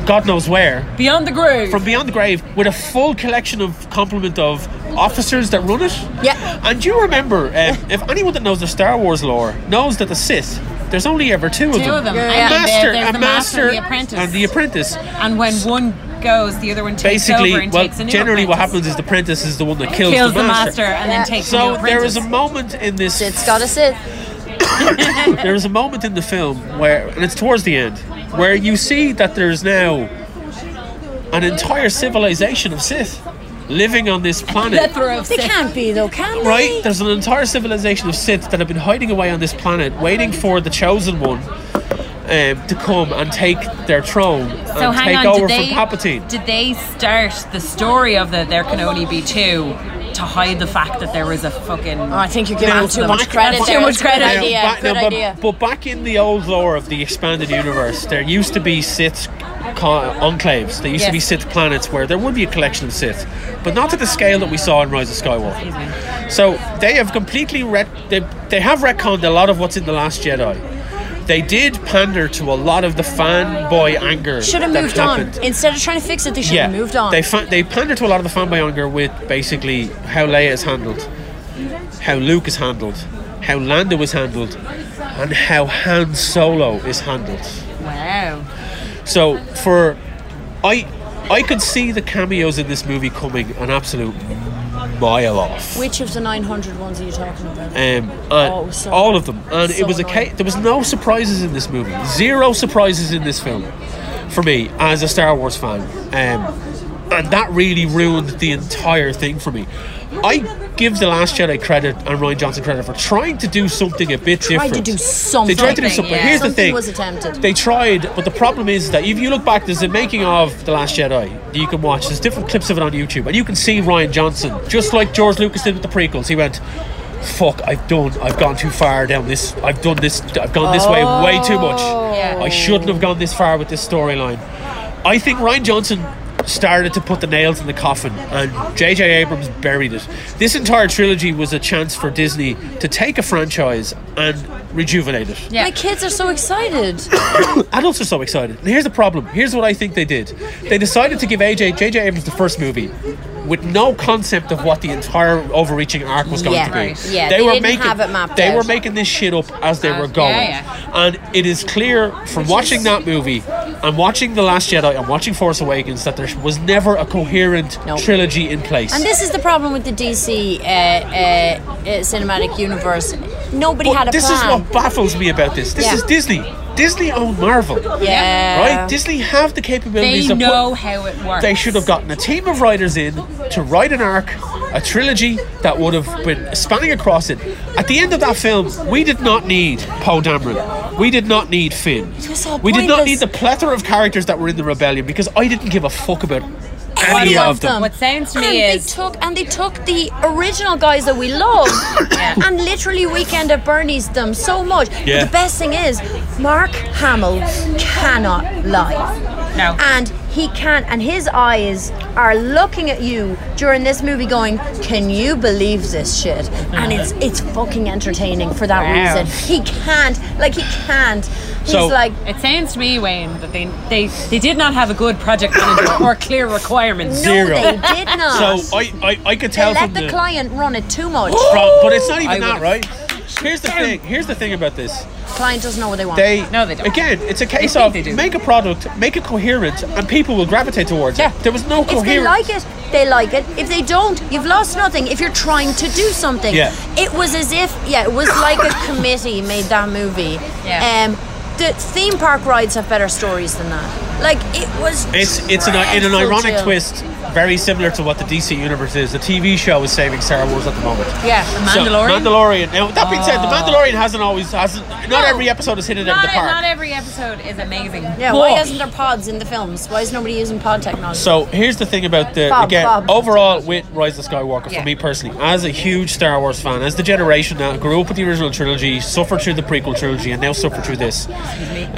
God knows where.
Beyond the grave.
from beyond the grave with a full collection of complement of officers that run it.
Yeah.
And you remember, uh, if anyone that knows the Star Wars lore knows that the Sith, there's only ever two,
Two of them.
Yeah.
And
A
there-
master,
there's
a
the
master,
and the apprentice.
and the apprentice.
And when one goes, the other one takes over
Basically,
and
well,
takes a new
generally what
apprentice.
happens is the apprentice is the one that kills,
Kills
the master.
and
Yeah.
then takes a new
So there is a
apprentice.
moment in this.
It's got a Sith.
there is a moment in the film where, and it's towards the end, where you see that there is now an entire civilization of Sith living on this planet.
plethora of
They
Sith.
can't be though, can they?
Right? There's an entire civilization of Sith that have been hiding away on this planet, waiting for the chosen one um, to come and take their throne
So
and take
hang on,
over
did they,
from Palpatine.
Did they start the story of that there can only be two to hide the fact that there was a fucking?
Oh, I think you're giving them
That's
too
the
much
back-
credit.
that's
there.
too much
It's a good
credit.
idea.
Now, back-
good
now, but-
idea.
But, back in the old lore of the expanded universe, there used to be Sith co- enclaves. There used to be
Yes.
Sith planets where there would be a collection of Sith, but not to the scale that we saw in Rise of Skywalker. So they have completely ret- they, they have retconned a lot of what's in the Last Jedi. They did pander to a lot of the fanboy anger.
should have
that
moved
happened.
on. Instead of trying to fix it, they should have moved on.
They fa- they pander to a lot of the fanboy anger with basically how Leia is handled, how Luke is handled, how Lando is handled, and how Han Solo is handled.
wow.
So for I I could see the cameos in this movie coming an absolute mile off.
Which of the 900 ones are you talking about?
Um, and
Oh, it was so
all of them, and
so
it was a
annoying.
ca- there was no surprises in this movie. Zero surprises in this film for me as a Star Wars fan, um, and that really ruined the entire thing for me. I give the Last Jedi credit and Ryan Johnson credit for trying to do something a bit
to
different.
do something.
They tried to do something.
Something, yeah.
Here's the
Something
thing:
was attempted.
They tried, but the problem is that if you look back, there's the making of the Last Jedi that you can watch. There's different clips of it on YouTube, and you can see Ryan Johnson just like George Lucas did with the prequels. He went fuck I've done I've gone too far down this I've done this I've gone this way way too much
Yeah.
I shouldn't have gone this far with this storyline I think Ryan Johnson started to put the nails in the coffin and JJ Abrams buried it this entire trilogy was a chance for Disney to take a franchise and rejuvenate it
Yeah.
My kids are so excited.
adults are so excited. And here's the problem. Here's what I think they did. They decided to give AJ JJ Abrams the first movie with no concept of what the entire overreaching arc was going
Yeah.
to be.
Right. Yeah, they didn't have it mapped
They
out. Uh,
were making this shit up as they were
yeah,
going.
yeah.
And it is clear from watching that movie and watching The Last Jedi and watching Force Awakens that there was never a coherent
Nope.
trilogy in place.
And this is the problem with the DC uh, uh, uh, cinematic universe. Nobody
But
had a
this is
plan.
what baffles me about this. This
Yeah.
is Disney. Disney owned Marvel,
yeah.
right? Disney have the capabilities
They
of
know
put-
how it works.
they should have gotten a team of writers in to write an arc, a trilogy that would have been spanning across it. At the end of that film, we did not need Poe Dameron. We did not need Finn.
was all
We did not
pointless.
need the plethora of characters that were in the rebellion because I didn't give a fuck about any
One
of them.
What sounds to
and
me
they
is-
took and they took the original guys that we love and literally weekend at Bernie's them so much. But
Yeah.
the best thing is Mark Hamill cannot lie.
No.
And he can't and his eyes are looking at you during this movie going, Can you believe this shit? And it's it's fucking entertaining for that
Mm. Wow.
reason. He can't like he can't. He's
So-
like
It sounds to me, Wayne, that they they, they did not have a good project manager or clear requirements.
No,
Zero.
they did not.
So I, I, I could
they
tell
let
from
the, client run it too much.
from- but it's not even
I
that,
would've-
right? Here's the thing. Here's the thing about this.
client doesn't know what they want.
They
No, they don't.
Again, it's a case
think
of
they do.
make a product, make it coherent, and people will gravitate towards
Yeah.
it. There was no
If they
coherence.
like it, they like it. If they don't, you've lost nothing. If you're trying to do something,
Yeah.
it was as if yeah, it was like a committee made that movie.
Yeah.
Um, the theme park rides have better stories than that. Like it was.
it's it's an, in an
dreadful,
ironic
Jill.
twist, very similar to what the DC universe is. The TV show is saving Star Wars at the moment.
Yeah,
So,
Mandalorian.
Mandalorian. Now that being said, the Mandalorian hasn't always hasn't. Not
Ah. No.
every episode has hit it out of
not,
the park.
not every episode is amazing.
Yeah. Why
But-
isn't there pods in the films? Why is nobody using pod technology?
So here's the thing about the
Bob,
again
Bob.
overall with Rise of Skywalker
Yeah.
for me personally, as a huge Star Wars fan, as the generation that grew up with the original trilogy, suffered through the prequel trilogy, and now suffer through this,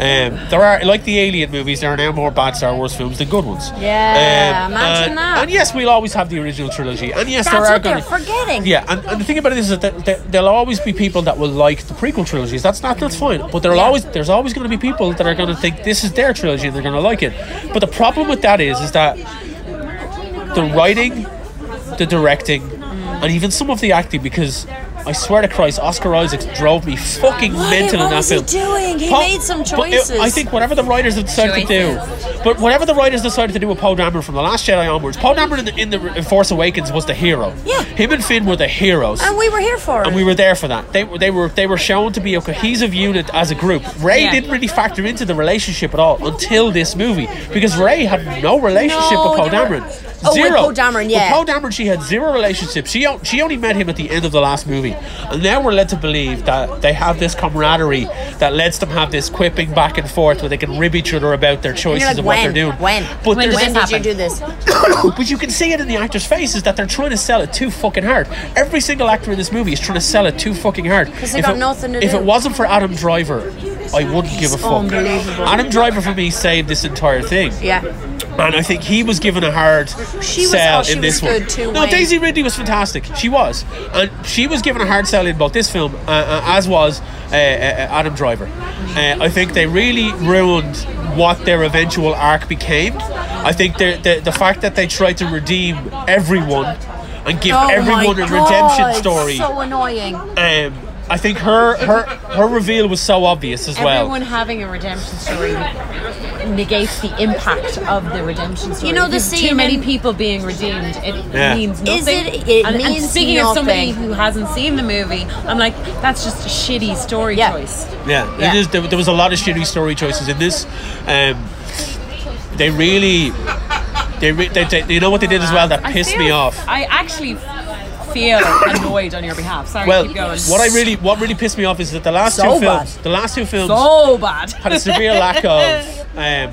um, there are like the Alien movies. There are now more bad Star Wars films than good ones. Um,
Yeah, imagine
and,
that.
And yes, we'll always have the original trilogy, and yes,
That's
there are
what
going
they're
to
forgetting.
yeah, and, and the thing about it is that th- th- there'll always be people that will like the prequel trilogies. That's not that's fine, but there'll always there's always going to be people that are going to think this is their trilogy and they're going to like it. But the problem with that is is that the writing, the directing,
Mm.
and even some of the acting because. I swear to Christ, Oscar Isaac drove me fucking
Why?
mental in
What
that
was he
film.
doing? He
Paul-
made some
but it- I
choices.
think whatever the writers have decided to do, but whatever the writers decided to do with Poe Dameron from the Last Jedi onwards, Poe Dameron in the, in the Force Awakens was the hero.
Yeah.
him and Finn were the heroes.
and we were here for it.
And we were there for that. They were they were they were shown to be a cohesive unit as a group. Ray
Yeah.
didn't really factor into the relationship at all until this movie because Ray had no relationship
No,
with Poe
they were-
Dameron.
Oh, with
zero.
Poe Dameron, yeah.
With Poe Dameron, she had zero relationship. She o- she only met him at the end of the last movie, and now we're led to believe that they have this camaraderie that lets them have this quipping back and forth where they can rib each other about their choices
like,
and what
when?
they're doing.
When?
But
When
there's
did
when did you do this?
but you can see it in the actors' faces that they're trying to sell it too fucking hard. Every single actor in this movie is trying to sell it too fucking hard. Because
they got nothing to
If
do.
it wasn't for Adam Driver, I wouldn't give a fuck.
unbelievable.
Adam Driver for me saved this entire thing.
Yeah.
And I think he was given a hard
She was-
sell
oh, she
in this
was
one.
good too,
no,
Wayne.
Daisy Ridley was fantastic. She was, and she was given a hard sell in both this film uh, uh, as was uh, uh, uh, Adam Driver. Uh, I think they really ruined what their eventual arc became. I think the the, the fact that they tried to redeem everyone and give
Oh
everyone
my
a
God,
redemption story.
So annoying.
um, I think her her her reveal was so obvious as well.
Everyone having a redemption story negates the impact of the redemption story.
You know the
There's
scene
too many
in-
people being redeemed. It
Yeah.
means nothing.
Is it- it
and, and
means
speaking of somebody
nothing.
who hasn't seen the movie, I'm like, that's just a shitty story
Yeah.
choice.
Yeah,
Yeah.
it is. There, there was a lot of shitty story choices in this. Um, they really, they, re- they, they, you know what they did as well that
I
pissed me
feel-
off.
I actually feel annoyed on your behalf. Sorry,
Well,
keep going.
what I really, what really pissed me off is that the last
So
two films,
bad.
the last two films
so bad.
had a severe lack of um,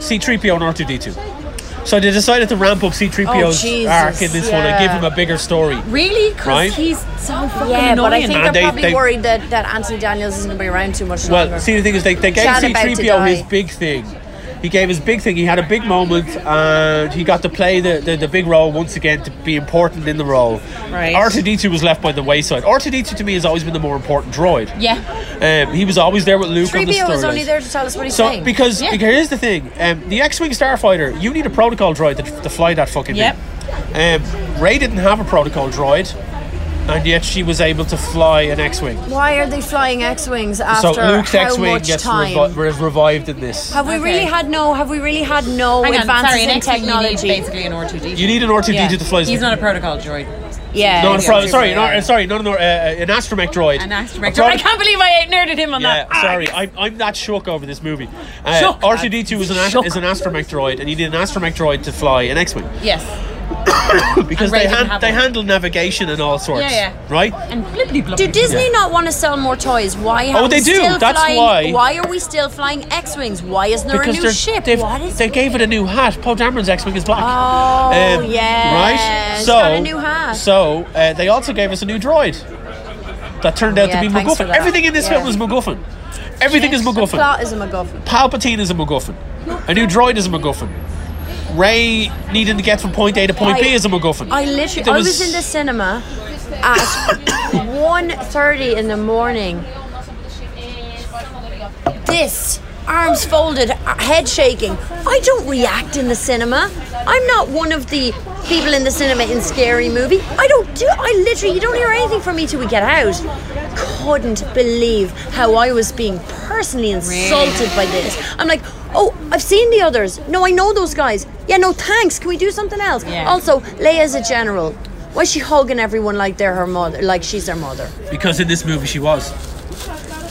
C3PO and R2D2. So they decided to ramp up C3PO's
Oh, Jesus,
arc in this one and give
yeah.
him a bigger story.
Really? Because
Right?
he's so fucking
Yeah,
annoying.
but I think
And
they're
they-
probably
they-
worried that, that Anthony Daniels isn't going to be around too much longer.
Well, see, the thing is, they, they gave
Shout about to
C3PO his
die.
big thing. He gave his big thing. He had a big moment, and he got to play the, the, the big role once again to be important in the role.
Right.
R2D2 was left by the wayside. R2D2 to me has always been the more important droid.
yeah.
Um, he was always there with Luke. on the
Tribio is only
storylines.
there to tell us what he's
So
saying.
because
Yeah.
because here's the thing, um, the X-wing starfighter, you need a protocol droid to, to fly that fucking
Yep.
thing. Um, Ray didn't have a protocol droid, and yet she was able to fly an X-wing.
Why are they flying X-wings
so
after
Luke's
how
X-wing
much
gets
time?
revi- re- revived in this.
have we
Okay.
really had no? Have we really had no
Hang on,
advances
sorry,
in
next technology.
technology?
basically an R2D2.
You need an R2D2
Yeah.
to fly. his-
He's not a protocol droid.
Yeah.
No, on a
yeah,
Friday.
yeah,
Sorry,
yeah.
not, uh, sorry, not an, or- uh, an astromech droid.
An
A
astromech.
prod-
I can't believe I ain't nerded him on
Yeah,
that. Ah,
sorry, I'm, I'm that shook over this movie. Uh,
Shook.
R2D2 is an, ast-
Shook.
is an astromech droid, and you need an astromech droid to fly an X Wing.
Ah, Yes.
Because
Ray
they,
didn't
han-
have
they
one.
handle navigation and all sorts.
Yeah, yeah.
Right?
And
Do
blippity bloppity.
Disney not want to sell more toys? Why are
Oh, they
we
do.
still
That's
flying,
why.
Why are we still flying X-wings? Why isn't there
because
a new
they're-
ship?
they've-
What is
they gave it a new hat. Paul Dameron's X-wing is black.
Oh, yeah.
Right.
It's
So
got a new hat.
So uh, they also gave us a new droid that turned out
Yeah,
to be
thanks for
MacGuffin.
that.
Everything in this
Yeah.
film is MacGuffin. Everything is
The
MacGuffin.
plot is a MacGuffin.
Palpatine is a MacGuffin. A new droid is a MacGuffin. Ray needing to get from point A to point B
I-
is a MacGuffin.
I literally,
There
I was in the cinema at 1.30 in the morning. This, arms folded, uh, head shaking. I don't react in the cinema. I'm not one of the people in the cinema in scary movie. I don't do, I literally, you don't hear anything from me till we get out. Couldn't believe how I was being personally insulted by this. I'm like, oh, I've seen the others. No, I know those guys. Yeah, no, thanks. Can we do something else?
Yeah.
Also, Leia's a general. Why is she hugging everyone like they're her mother, like she's their mother?
because in this movie she was.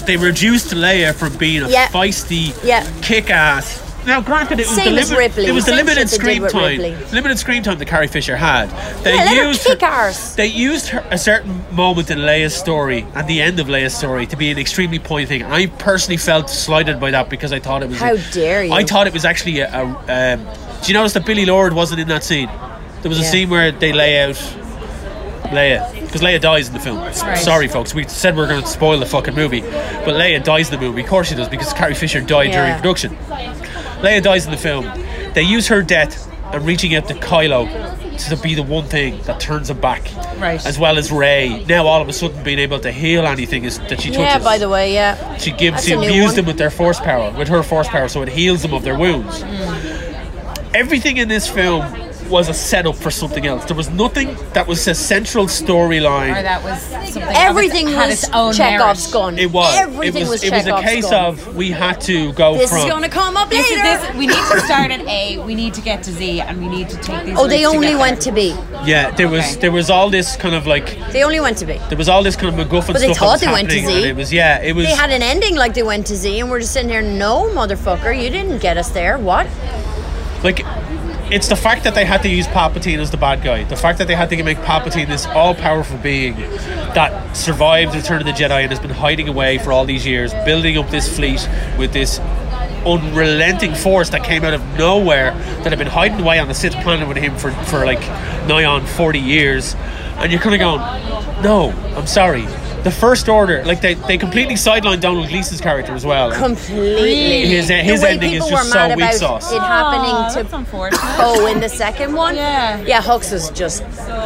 They reduced Leia from being a
Yeah.
feisty,
Yeah.
kick-ass. Now, granted, it was
Same
the
as Ripley.
It was the
Same
limited
shit they did
screen
with
time.
Ripley.
Limited screen time that Carrie Fisher had. They
Yeah, let her
used
kick arse.
They used her, a certain moment in Leia's story and the end of Leia's story to be an extremely pointy thing. I personally felt slighted by that because I thought it was.
How dare you.
I thought it was actually a. a um, do you notice that Billy Lord wasn't in that scene? There was a
Yeah.
scene where they lay out Leia, because Leia dies in the film. Sorry, folks, we said we are going to spoil the fucking movie, but Leia dies in the movie. Of course she does, because Carrie Fisher died during
Yeah.
production. Leia dies in the film. They use her death and reaching out to Kylo to be the one thing that turns him back,
Right.
as well as Ray. Now all of a sudden being able to heal anything is that she touches.
Yeah, by the way, yeah.
She gives
That's
she
a new
imbues
one.
them with their force power, with her force power, so it heals them of their wounds. Everything in this film was a setup for something else. There was nothing that was a central
Or
storyline.
that was something.
Everything
had
was
its own
Chekhov's
merit.
gun.
It was.
Everything
it was,
was,
it was a
Chekhov's
case
gun.
of we had to go
This
from.
is going to come up
This
later.
is this. We need to start at A. We need to get to Z, and we need to take these.
oh, they
routes to
only
get
went to
there.
B.
yeah, there was
Okay.
there was all this kind of like
They only went to B.
there was all this kind of MacGuffin
But they
stuff. that
thought
was
they went to Z.
happening, and It was yeah. It was
They had an ending like they went to Z, and we're just sitting here, no, motherfucker, you didn't get us there. What?
like it's the fact that they had to use Palpatine as the bad guy. The fact that they had to make Palpatine this all-powerful being that survived Return of the Jedi and has been hiding away for all these years, building up this fleet with this unrelenting force that came out of nowhere that had been hiding away on the Sith planet with him for, for like nigh on 40 years. And you're kind of going, no, I'm sorry. The First Order, like they, they completely sidelined Donald Gleason's character as well.
Completely.
His- uh, his
the way
ending is
people
just
were
so
mad
weak
about
sauce.
it
Aw,
happening
that's
to
unfortunate.
Poe in the second one.
Yeah.
Yeah, Hux was just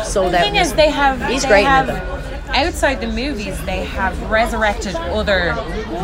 sold
The
out.
thing is, they have.
He's
they
great in
have-
them.
Outside the movies, they have resurrected other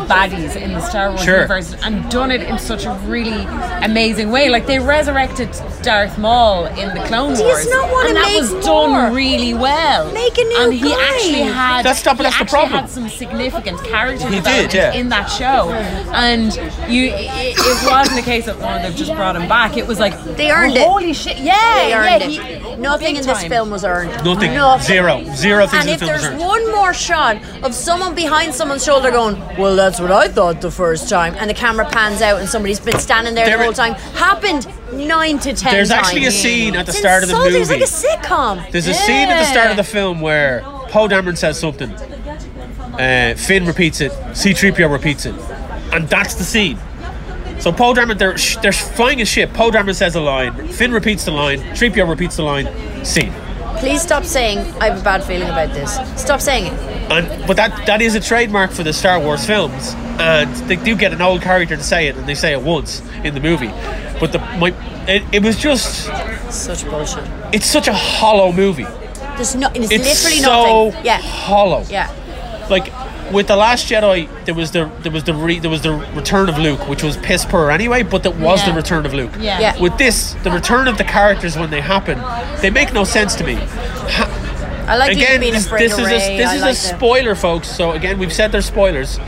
bodies in the Star Wars
Sure.
universe and done it in such a really amazing way. Like they resurrected Darth Maul in the Clone
you
Wars,
not wanna
and that
make
was
more?
done really well.
Make a new
and he
guy.
actually had.
That's not- but
he
that's the
actually
problem.
Had some significant character
He did,
development
yeah.
in that show, and you, it, it wasn't a case of oh they've just brought him back. It was like
They earned it.
Holy shit! Yeah,
They earned
yeah, he-
it. Nothing
big
in this
time.
film was earned.
Nothing. Zero. Zero things
And
in
if
the film was
there's
earned.
one more shot of someone behind someone's shoulder going, "Well, that's what I thought the first time," and the camera pans out and somebody's been standing there,
There
the
i-
whole time, happened nine to ten.
There's actually a
times.
scene at the
It's
start of the
insulting.
movie.
It's like a sitcom.
There's a scene at the start of the film where Poe Dameron says something. Uh, Finn repeats it. C-3PO repeats it, and that's the scene. So Poe Dameron, they're sh- they're flying a ship. Poe Dameron says a line. Finn repeats the line. 3PO repeats the line. Scene.
Please stop saying I have a bad feeling about this. Stop saying it.
And but that that is a trademark for the Star Wars films, and they do get an old character to say it, and they say it once in the movie. But the my it, it was just
Such bullshit.
it's such a hollow movie.
There's no. It's,
It's
literally
so
nothing. Yeah.
hollow.
Yeah.
like with the last Jedi, there was the there was the re, there was the return of Luke, which was piss poor anyway, but that was the
Yeah.
return of Luke.
Yeah.
Yeah.
With this, the return of the characters when they happen, they make no sense to me.
I like you
Again,
being
this,
afraid
this
of
is
Ray.
a, this
I
is
like
a
the-
spoiler, folks. So again, we've said they're spoilers.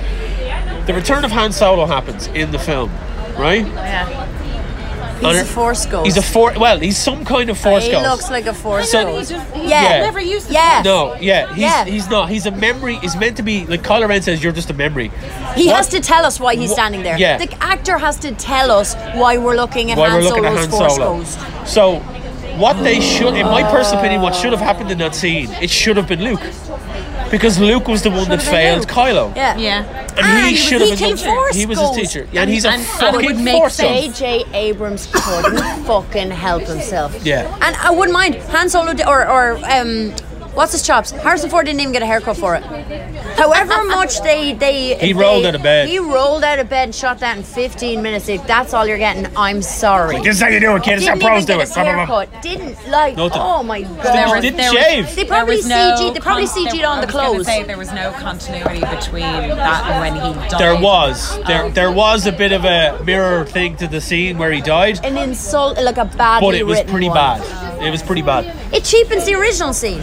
The return of Han Solo happens in the film, right?
Yeah.
On
He's a
her-
force ghost.
He's a four. Well, he's some kind of force
he
ghost.
looks like a force
So-
ghost.
Yeah.
yeah.
never
used yeah.
no, yeah, he's
Yeah.
he's not. He's a memory. He's meant to be like Kylo Ren says. You're just a memory.
He
What-
has to tell us why he's
Wha-
standing there.
Yeah.
The actor has to tell us why we're looking at
Why
Han
we're looking
Solo's
at Han
Force
Solo.
Ghost.
So, what they should, in my personal opinion, what should have happened in that scene, it should have been Luke, because Luke was the one that
Should've been
failed
Luke.
Kylo.
Yeah.
Yeah.
And,
And
he
he
should
was
have
a
been
teacher.
He was a
Force
teacher, and he's a
and- and it
fucking
would make
force ghost.
J.J. Abrams couldn't fucking help himself.
Yeah.
And I wouldn't mind Han Solo di- or or um, what's his chops? Harrison Ford didn't even get a haircut for it. However much they they
He
they-
rolled out of bed.
He rolled out of bed and shot that in 15 minutes. If that's all you're getting, I'm sorry.
This is how you do it, kid. It's how
didn't
pros
even
do
get
it.
his
Blah, blah, blah.
haircut. Didn't like.
Nothing.
Oh my
Didn't-
god.
didn't shave.
They probably CG'd they probably
con-
CG'd on the
I was
clothes.
gonna Say, there was no continuity between that and when he died.
There
uh,
was there there was a bit of a mirror thing to the scene where he died,
An insult, like a badly
but it was
written
pretty
one.
bad. It was pretty bad.
It cheapens the original scene.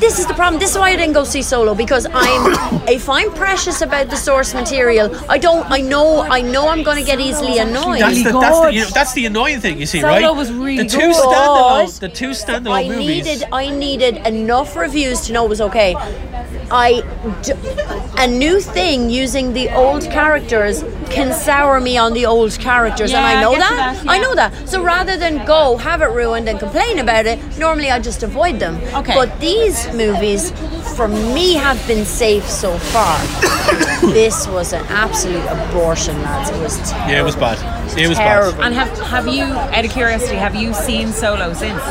This is the problem. This is why I didn't go see Solo because I'm if I'm precious about the source material, I don't. I know. I know I'm going to get easily annoyed.
That's the, that's, the, you know, that's the annoying thing you see, right?
Solo was really
the two
good.
standalone,
But
the two
I
standalone movies.
needed. I needed enough reviews to know it was okay. I d- a new thing using the old characters can sour me on the old characters, and
Yeah,
I
I
know
get you
that.
that,
I
yeah.
know that. So rather than go have it ruined and complain about it, normally I just avoid them.
Okay.
But these movies, for me, have been safe so far. this was an absolute abortion, lads. It was terrible.
yeah, it was bad. It was
Terrible.
bad.
And have have you, out of curiosity, have you seen Solo since?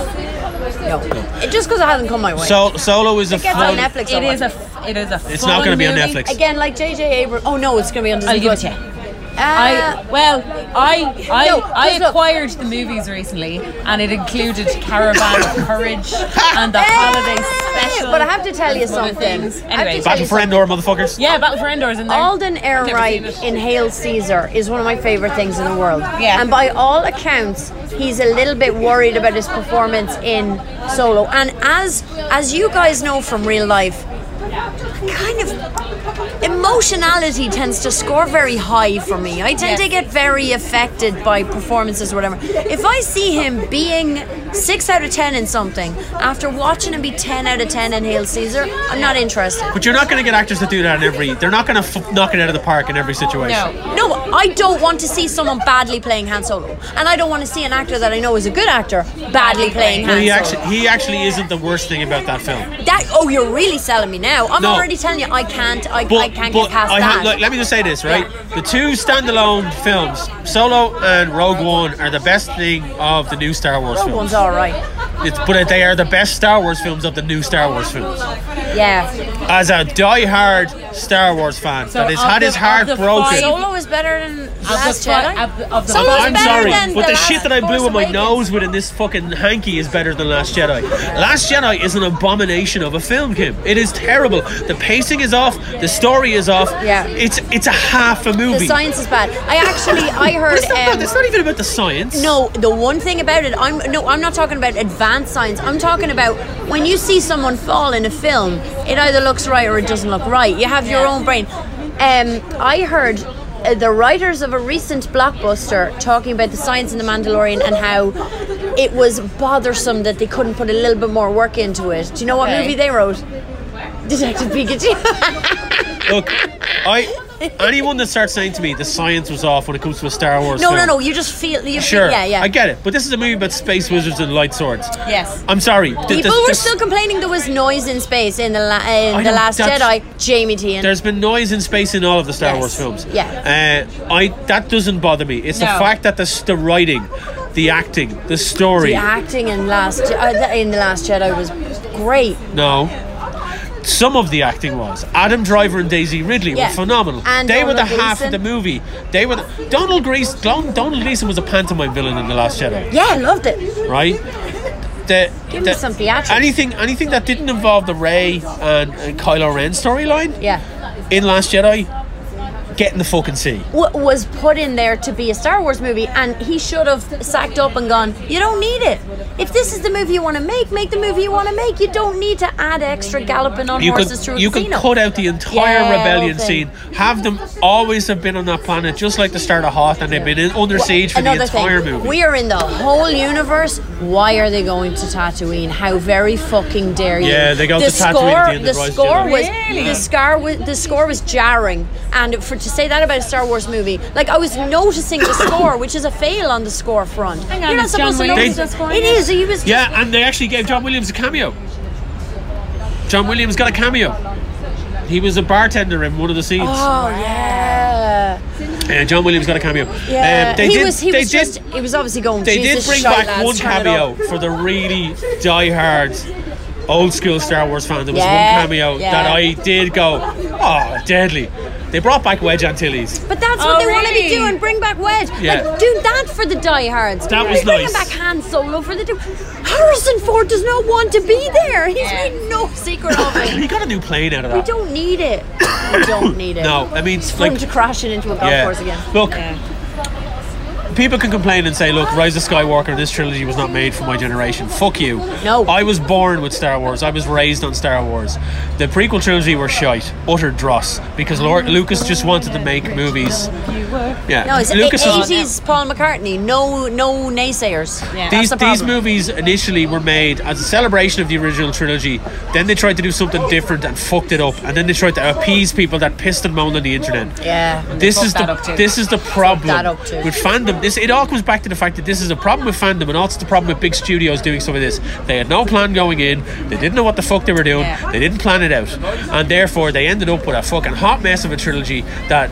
No. It, just because it hasn't come my way.
So Solo is a
gets on
fun.
Netflix. Netflix
It
or
is a f- it is a.
It's not going to be on Netflix.
Again, like JJ Abrams. Oh no, it's going to be on Disney
I'll give it
Plus.
to you.
Uh,
I well, I I,
No, 'cause
I
look-
acquired the movies recently, and it included Caravan of Courage and the
Eh,
holiday special.
But I have to tell you
Some other
something.
things.
I have to
Anyway.
tell you
Battle for Endor, motherfuckers.
yeah, Battle for Endor's in there.
Alden
seen
Ehrenreich
it.
in Hail Caesar is one of my favorite things in the world.
Yeah.
And by all accounts, he's a little bit worried about his performance in Solo. And as as you guys know from real life, kind of emotionality tends to score very high for me. I tend to get very affected by performances or whatever. If I see him being 6 out of 10 in something after watching him be 10 out of 10 in Hail Caesar, I'm not interested.
But you're not going to get actors that do that in every. They're not going to f- knock it out of the park in every situation.
No,
No, I don't want to see someone badly playing Han Solo, and I don't want to see an actor that I know is a good actor badly playing
But
Han
he
Solo.
actually, he actually isn't the worst thing about that film.
that oh, you're really selling me now. I'm
No.
already telling you, I can't, I,
But,
I can't
but
get past
I
that.
have, look, let me just say this, right? The two standalone films, Solo and Rogue One, are the best thing of the new Star Wars
Rogue
films.
one's all right.
It's, but they are the best Star Wars films of the new Star Wars films.
Yeah,
As a die-hard Star Wars fan that has
of
had
the-
his
of
heart
the
broken.
five-
Solo is better than Last
fi-
Jedi.
of the- of the
Solo's
five-
I'm
better
sorry,
than
but the,
last
shit that I blew
Force
in my
Awakens.
nose with in this fucking hanky is better than Last Jedi. Last Jedi is an abomination of a film, Kim. It is terrible. The pacing is off. The story is off.
Yeah.
It's it's a half a
The
movie.
science is bad. I actually, I
But
heard.
it's, not,
um,
about- it's not even about the science.
No, the one thing about it, I'm no, I'm not talking about advanced science. I'm talking about when you see someone fall in a film, it either looks right or it doesn't look right. You have your own brain. Um, I heard uh, the writers of a recent blockbuster talking about the science in the Mandalorian and how it was bothersome that they couldn't put a little bit more work into it. Do you know what
Okay.
movie they wrote? Detective Pikachu.
Look, I anyone that starts saying to me the science was off when it comes to a Star Wars
no,
film.
no, no. You just feel. You
Sure,
Feel, yeah, yeah.
I get it, but this is a movie about space wizards and light swords.
Yes.
I'm sorry. th-
People
th-
were
th-
still complaining there was noise in space in the la- in the
know,
Last
that's-
Jedi. Jamie Tian.
There's been noise in space in all of the Star
Yes.
Wars films.
Yeah.
Uh, I that doesn't bother me. It's the
No.
fact that the, s- the writing, the acting, the story.
The acting in last Je- uh, th- in the Last Jedi was great.
no. Some of the acting was Adam Driver and Daisy Ridley
Yeah.
were phenomenal.
And
they were the
Donald
half of
Gleeson.
the movie. They were the, Donald Grease. Don, Donald Gleason was a pantomime villain in the Last Jedi,
Yeah, I loved it.
right? The,
Give me some theatrics.
Anything, anything that didn't involve the Ray and, and Kylo Ren storyline
Yeah,
in Last Jedi get in the fucking sea.
w- was put in there to be a Star Wars movie, and he should have sacked up and gone, You don't need it. If this is the movie you want to make, make the movie you want to make. You don't need to add extra galloping on
You
horses
could
through a
you could
casino.
cut out the entire
Yeah,
rebellion
okay.
scene. Have them always have been on that planet, just like the start of Hoth, and they've been in, under siege for the
Another
entire
thing,
movie.
we are in the whole universe. Why are they going to Tatooine? How very fucking dare you?
Yeah, they go
the
to Tatooine at
Score,
the end
the
of Rise of
score
Jedi.
was the scar was the score was jarring, and for to say that about a Star Wars movie, like I was noticing the score, which is a fail on the score front.
on,
You're not
is John
supposed to
Williams
notice
the score
It
yet?
is. He was.
yeah, and they actually gave John Williams a cameo. John Williams got a cameo. He was a bartender in one of the scenes.
Oh yeah.
Uh, John Williams got a cameo.
Yeah.
Um, they
he
did,
was. He
they
was
did,
just. He was obviously going.
They
Jesus,
did bring
shite,
back
lads,
one
turn it
cameo
up."
for the really diehard old school Star Wars fan. There was
Yeah,
one cameo
yeah.
that I did go, oh, deadly. They brought back Wedge Antilles.
But that's what
Oh,
they want to be
really?
doing. Bring back Wedge.
Yeah.
Like, do that for the diehards.
That
We're
was
bringing
nice.
back Han Solo for the. Do- Harrison Ford does not want to be there. He's made no secret of it.
He got a new plane out of
We
that.
don't need it. We don't need it.
No, I mean,
It's fun
like,
to crash it into a golf
yeah.
course again.
Look, people can complain and say, look, Rise of Skywalker, this trilogy was not made for my generation. Fuck you.
No.
I was born with Star Wars. I was raised on Star Wars. The prequel trilogy were shite, utter dross, because Lord Lucas just wanted to make movies. Yeah.
No, it's
Lucas was-
eighties Paul McCartney. No, no naysayers. Yeah.
these,
That's the
these
problem.
movies initially were made as a celebration of the original trilogy. Then they tried to do something different and fucked it up. And then they tried to appease people that pissed and moaned on the internet.
Yeah.
This
fucked
is
that up
the
too.
this is the problem
that up too.
with fandom. This it all comes back to the fact that this is a problem with fandom, and also the problem with big studios doing some of this. They had no plan going in. They didn't know what the fuck they were doing.
Yeah.
They didn't plan it out, and therefore they ended up with a fucking hot mess of a trilogy that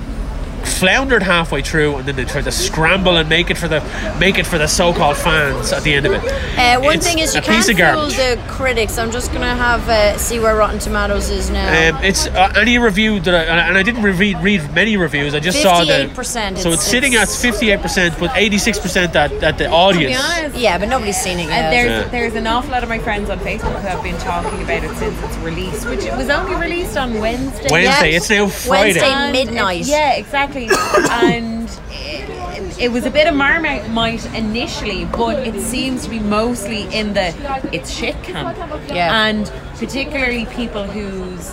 floundered halfway through, and then they tried to scramble and make it for the make it for the so-called fans at the end of it.
Uh, one
It's
thing is you
a piece
can't
of
fool
garbage.
the critics. I'm just gonna have uh, see where Rotten Tomatoes is now.
Um, it's uh, any review that I, and I- and I didn't re- read many reviews. I just saw the
58%,
So it's
it's-
sitting at
it's-
fifty eight percent, but eighty six percent that that the audience.
yeah, but nobody's seen it yet.
And there's
Yeah.
there's an awful lot of my friends on Facebook who have been talking about it since its release, which it was only released on Wednesday.
Wednesday, it's now Friday.
Wednesday.
And
midnight.
it- yeah, exactly. and it, it was a bit of marmite initially, but it seems to be mostly in the it's shit camp.
Yeah.
And particularly people whose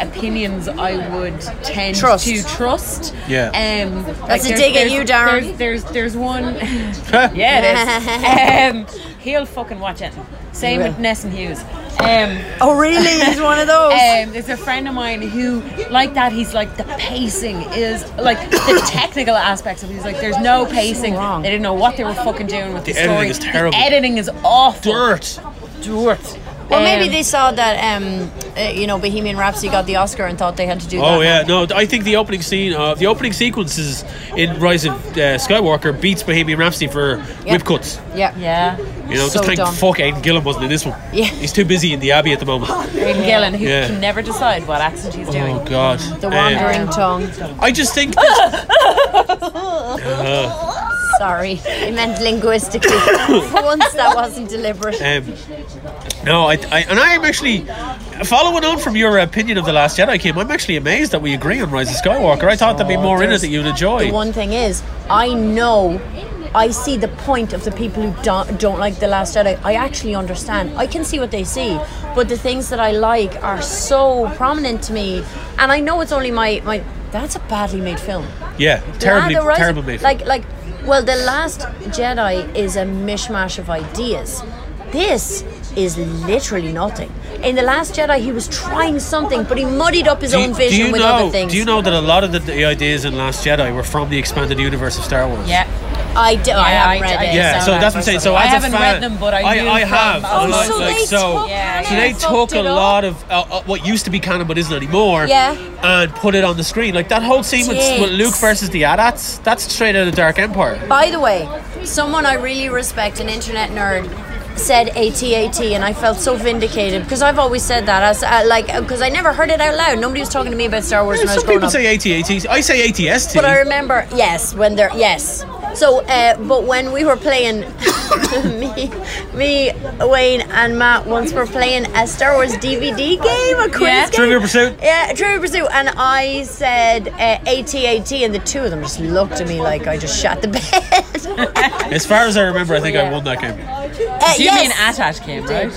opinions I would tend
Trust.
to trust.
Yeah.
Um,
That's a
there's-
dig at
there's-
you, Darren.
There's there's, there's one. yeah, it is. Um, he'll fucking watch it. Same with Ness and Hughes. Um,
Oh, really? He's one of those.
um, there's a friend of mine who, like that, he's like the pacing is like the technical aspects of. it. He's like, there's no pacing. They didn't know what they were fucking doing with the,
The
story.
editing is terrible.
The editing is awful.
Dirt.
Dirt.
Well, maybe
Um,
they saw that, um, uh, you know, Bohemian Rhapsody got the Oscar and thought they had to do that.
Oh yeah, no. I think the opening scene, uh, the opening sequences in Rise of uh, Skywalker beats Bohemian Rhapsody for whip cuts.
Yeah.
Yeah,
You know,
So
just thank
dumb.
fuck Aidan Gillen wasn't in this one.
Yeah. Oh,
he's too busy in the Abbey at the moment.
Aidan Gillen, who
Yeah.
can never decide what accent he's doing.
Oh god,
The
Um,
wandering tongue.
I just think that
Sorry, I meant linguistically. For once, that wasn't deliberate.
Um, no, I, I and I am actually following on from your opinion of the Last Jedi, Kim. I'm actually amazed that we agree on Rise of Skywalker. I thought there'd be more in it that you'd enjoy.
The one thing is, I know, I see the point of the people who don't, don't like The Last Jedi. I actually understand. I can see what they see. But the things that I like are so prominent to me. And I know it's only my. my that's a badly made film.
yeah, terribly,
Yeah, the Rise-
terrible mate.
Like, like, well, the Last Jedi is a mishmash of ideas. This is literally nothing. In the Last Jedi, he was trying something, but he muddied up his
do,
own
you- do
vision
you
with
know?
other things.
Do you know that a lot of the, the ideas in Last Jedi were from the expanded universe of Star Wars?
Yeah,
I do. I
Yeah,
haven't
I-
read
I-
it.
Yeah,
so
so
that's
that's what I'm saying. So
what I
as
haven't
a fan,
read them, but I knew
I,
from-
have.
Oh,
and I-
so
like,
they
so,
took-
Yeah.
so they
they
took
fucked
a
it up.
lot of uh, uh, what used to be canon but isn't anymore,
Yeah.
and put it on the screen. Like that whole scene with, with
Dicks.
Luke versus the Adats. That's straight out of Dark Empire.
By the way, someone I really respect, an internet nerd, said ATAT, and I felt so vindicated because I've always said that. As, uh, like, because I never heard it out loud. Nobody was talking to me about Star Wars when I was
Some
growing
people
up.
say AT-AT. I say ATST.
But I remember, yes, when they're yes. So, uh, but when we were playing me, me, Wayne, and Matt once were playing a Star Wars DVD game, a quiz
Yeah.
game.
Trivia Pursuit.
Yeah, Trivia Pursuit. And I said uh, AT-AT, and the two of them just looked at me like I just shot the bed.
As far as I remember, I think I won that game.
Uh,
You mean
yes.
Atash came, right?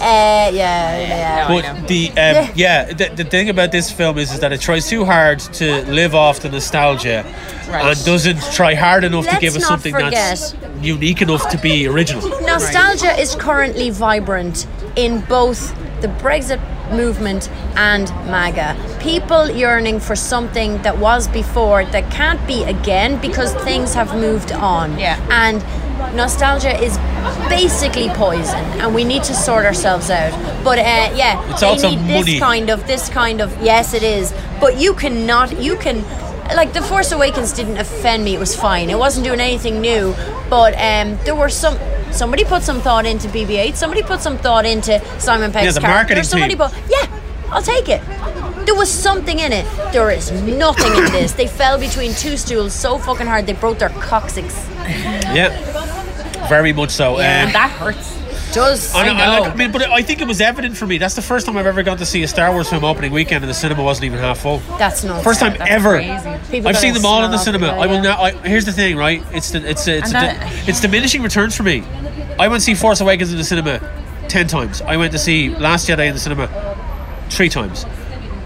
Uh, yeah, yeah.
No, I know.
But the um, yeah, the, the thing about this film is, is that it tries too hard to live off the nostalgia,
Right.
and doesn't try hard enough to
Let's
give us
not
something that's unique enough to be original.
Nostalgia is currently vibrant in both the Brexit movement and MAGA. People yearning for something that was before that can't be again because things have moved on.
Yeah.
And nostalgia is basically poison and we need to sort ourselves out. But uh, yeah,
It's
they
also
need
money.
this kind of this kind of yes it is. But you cannot you can like the Force Awakens didn't offend me. It was fine. It wasn't doing anything new, but um, there were some. Somebody put some thought into BB-8. Somebody put some thought into Simon Pegg's
the
character.
marketing
somebody
team.
put. Yeah, I'll take it. There was something in it. There is nothing in this. They fell between two stools so fucking hard they broke their coccyx.
Yeah, very much so.
And
Um,
that hurts.
Does
I, know, I, like,
know.
I mean, but I think it was evident for me. That's the first time I've ever gone to see a Star Wars film opening weekend, and the cinema wasn't even half full.
that's not
First time ever.
crazy.
People
I've
gotta
seen them all in the
snob,
cinema.
people,
I will
yeah.
now. I, here's the thing, right? It's the, it's a, it's a,
And that-
di- it's diminishing returns for me. I went to see Force Awakens in the cinema ten times. I went to see Last Jedi in the cinema three times.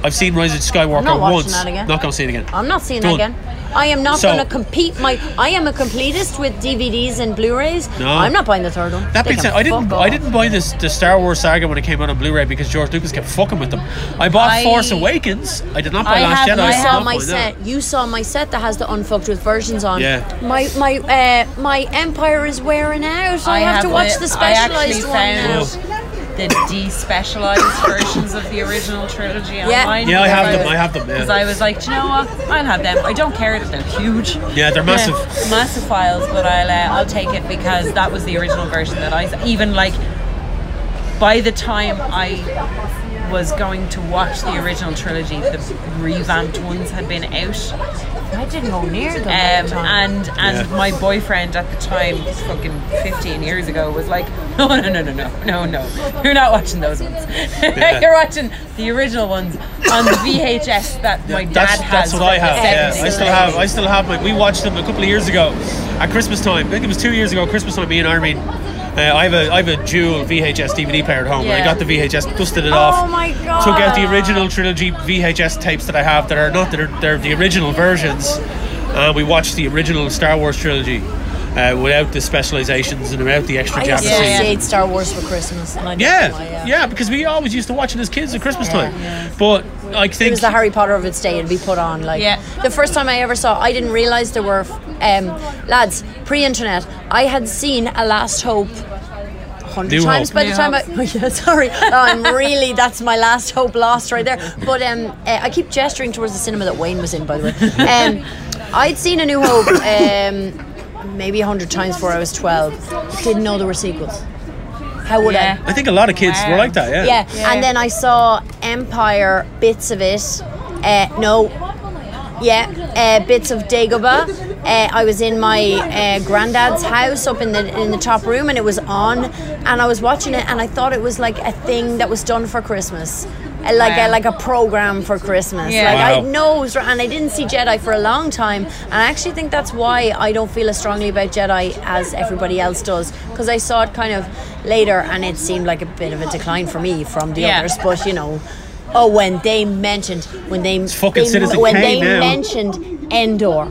I've seen Rise of Skywalker
not watching
once.
that again.
Not going to see it again.
I'm not seeing
Done.
that again. I am not
So-
going to compete. My I am a completist with DVDs and Blu-rays.
No.
I'm not buying the third one.
That
They
being
can
said, I didn't
fuck
I
off.
didn't buy this the Star Wars saga when it came out on Blu-ray because George Lucas kept fucking with them. I bought
I-
Force Awakens. I did not buy
I
Last
have
Jedi.
I
I
did
saw
not
my
buy that.
set. You saw my set that has the unfucked with versions on.
Yeah.
My my uh, my empire is wearing out. I, have, to watch the
I actually
specialized one now.
Oh.
found the despecialized versions of the original trilogy
Yeah.
online.
Yeah, I have them, I have them, yeah.
Because I was like, "Do you know what? I'll have them. I don't care that they're huge.
Yeah, they're massive.
massive files, but I'll uh, I'll take it because that was the original version that I s- even like. By the time I was going to watch the original trilogy, the revamped ones had been out.
I didn't go near them. at
Um,
the time.
and and
Yeah.
my boyfriend at the time, fucking 15 years ago, was like, no, no, no, no, no, no, no. You're not watching those ones. You're watching the original ones on the VHS that my dad
That's
has.
that's what I
from the
have. Yeah, I
70s."
still have. I still have. Like we watched them a couple of years ago at Christmas time. I think it was two years ago. Christmas time. Me and Armin. Uh, I have a I have a dual VHS DVD player at home, and I
Yeah.
got the VHS, dusted it
oh
off,
my god.
took out the original trilogy VHS tapes that I have that are not that are they're the original versions, and we watched the original Star Wars trilogy uh, without the specializations and without the extra
I
jabs.
yeah.
associate Star Wars with Christmas. and I don't know why,
Yeah, yeah, because we always used to watch it as kids at Christmas time. But I think
It was the Harry Potter of its day. It'd be put on like
Yeah.
the first time I ever saw. I didn't realize there were um, lads pre-internet. I had seen A Last Hope. Hundred
New
times
Hope.
by the
New
time
Hope.
I. Oh, yeah, sorry. Oh, I'm really. That's my last hope lost right there. But um, uh, I keep gesturing towards the cinema that Wayne was in, by the way. Um, I'd seen A New Hope um, maybe hundred times before I was twelve. Didn't know there were sequels. How would
Yeah.
I?
I think a lot of kids were
Wow.
like that.
Yeah. and then I saw Empire bits of it. Uh, no, yeah, uh, bits of Dagobah. Uh, I was in my uh, granddad's house up in the in the top room, and it was on, and I was watching it, and I thought it was like a thing that was done for Christmas. Uh, Like a,
Wow.
like a program for Christmas.
Yeah.
Like I
Wow.
know, it was ra- and I didn't see Jedi for a long time, and I actually think that's why I don't feel as strongly about Jedi as everybody else does, because I saw it kind of later, and it seemed like a bit of a decline for me from the
Yeah.
others. But you know, oh, when they mentioned when they
fucking
they-
Citizen
when
Kane
they
now.
mentioned Endor,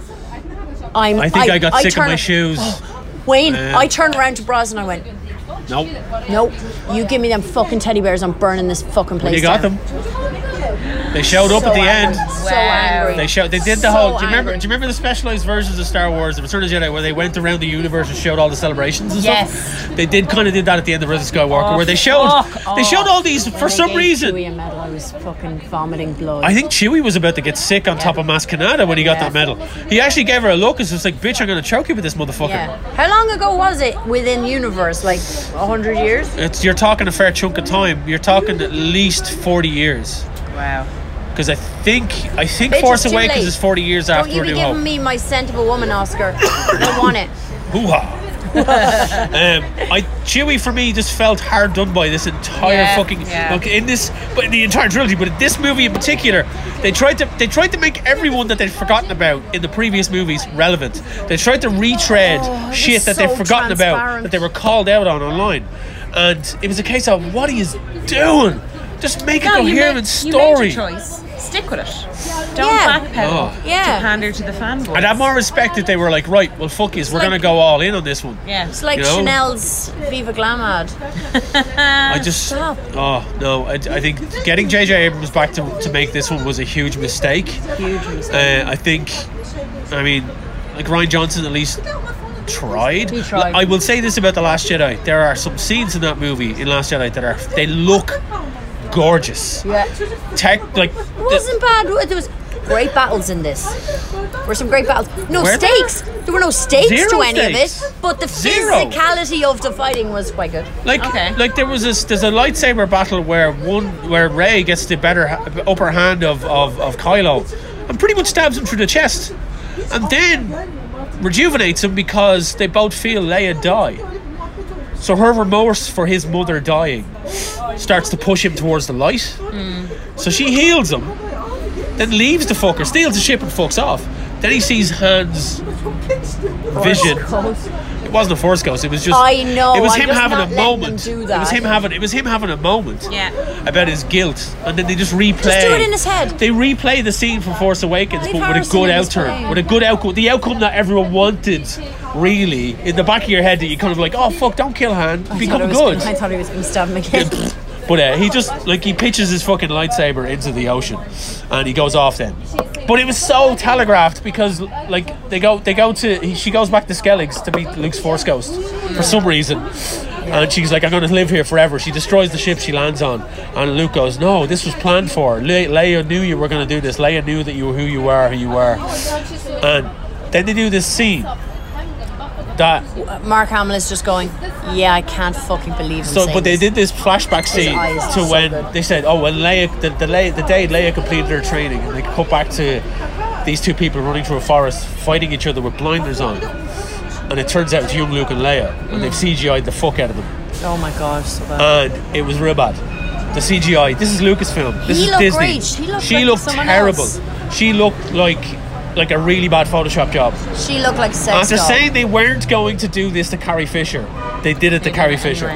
I'm.
I think I, got sick of
turned-
my shoes.
Wayne,
Yeah.
I turned around to Bros and I went,
Nope.
"Nope, you give me them fucking teddy bears. I'm burning this fucking place."
You got
down."
them. They showed up
So
at the
angry,
end.
So
Wow.
angry.
They showed. They did the
So
whole. Do you remember?
angry.
Do you remember the specialized versions of Star Wars, The Return of the Jedi, where they went around the universe and showed all the celebrations? And
Yes.
Stuff? They did kind of did that at the end of Rise of Skywalker,
Oh,
where they showed.
fuck
They showed
off.
all these for
They
some
gave
reason.
Chewie a medal. I was fucking vomiting blood.
I think Chewie was about to get sick on top of Mascanada when he got
Yeah.
that medal. He actually gave her a look and was like, "Bitch, I'm gonna choke you with this motherfucker."
Yeah. How long ago was it within universe? Like hundred years?
It's you're talking a fair chunk of time. You're talking at least forty years.
Wow.
Because I think I think
Bitch,
Force
it's too
Awakens
late.
is forty years
Don't
after
you
A
be
New
giving
Hope.
me my scent of a woman Oscar. I want it.
Hoo ha! Um, I Chewie for me just felt hard done by this entire
Yeah,
fucking
yeah.
look in this, but in the entire trilogy, but in this movie in particular, they tried to they tried to make everyone that they'd forgotten about in the previous movies relevant. They tried to retread shit that
Oh, so
they'd forgotten about
transparent.
that they were called out on online, and it was a case of what he is doing. Just make a
you
coherent
made,
story.
You made your choice. Stick with it. Don't
Yeah.
backpedal
Oh.
Yeah.
to pander to the fanboys.
I'd have more respect if they were like, right, well, fuck is, we're
like-
gonna go all in on this one.
Yeah.
It's like
You know?
Chanel's Viva Glamad.
I just,
Stop.
oh no, I, I think getting JJ Abrams back to, to make this one was a huge mistake. Huge mistake. Uh, I think, I mean, like Ryan Johnson at least tried.
He tried.
I will say this about The Last Jedi there are some scenes in that movie, in Last Jedi, that are, they look gorgeous. Yeah. Tech, like,
It wasn't bad. There was great battles in this. There were some great battles. No
Were there?
stakes. There? were no stakes
Zero
to any
stakes.
of it. But the
Zero.
physicality of the fighting was quite good.
Like,
Okay.
like there was this. There's a lightsaber battle where one where Ray gets the better ha- upper hand of, of of Kylo, and pretty much stabs him through the chest, and then rejuvenates him because they both feel Leia die. So her remorse for his mother dying starts to push him towards the light. So she heals him, then leaves the fucker, steals the ship and fucks off. Then he sees Han's vision. It wasn't a force ghost. It was just.
I know,
It was
I'm
him
just
having
not letting
a
them
moment.
do
It was
that.
him having. It was him having a moment.
Yeah.
About his guilt, and then they just replay.
Just do it in his head.
They replay the scene from Force Awakens,
Leave
but with a
Harrison
good
in his
outturn,
plane.
with a good outcome, the outcome that everyone wanted. Really, in the back of your head, that you kind of like, oh fuck, don't kill Han, become good.
I thought he was going to stab him again.
But uh, he just like he pitches his fucking lightsaber into the ocean, and he goes off then. But it was so telegraphed because like they go they go to he, she goes back to Skellig's to meet Luke's Force Ghost for some reason, and she's like I'm gonna live here forever. She destroys the ship she lands on, and Luke goes No, this was planned for. Le- Leia knew you were gonna do this. Leia knew that you were who you are, who you are. And then they do this scene that
Mark Hamill is just going, yeah, I can't fucking believe him.
So,
saying
but they
this."
did this flashback scene
eyes are
to
so
when
good.
they said, "Oh, when Leia, the, the, Leia, the day Leia completed her training," and they cut back to these two people running through a forest, fighting each other with blinders on, and it turns out it's young Luke and Leia, and they've
Mm.
CGI'd the fuck out of them,
Oh my gosh, so bad.
and it was real bad. The CGI. This is Lucasfilm. This
He
is
looked
Disney.
great. He looked
she
like
looked
someone
terrible.
else.
She looked like like a really bad Photoshop job.
She looked like a sex
After
doll.
saying they weren't going to do this to Carrie Fisher, they did it to Carrie Fisher.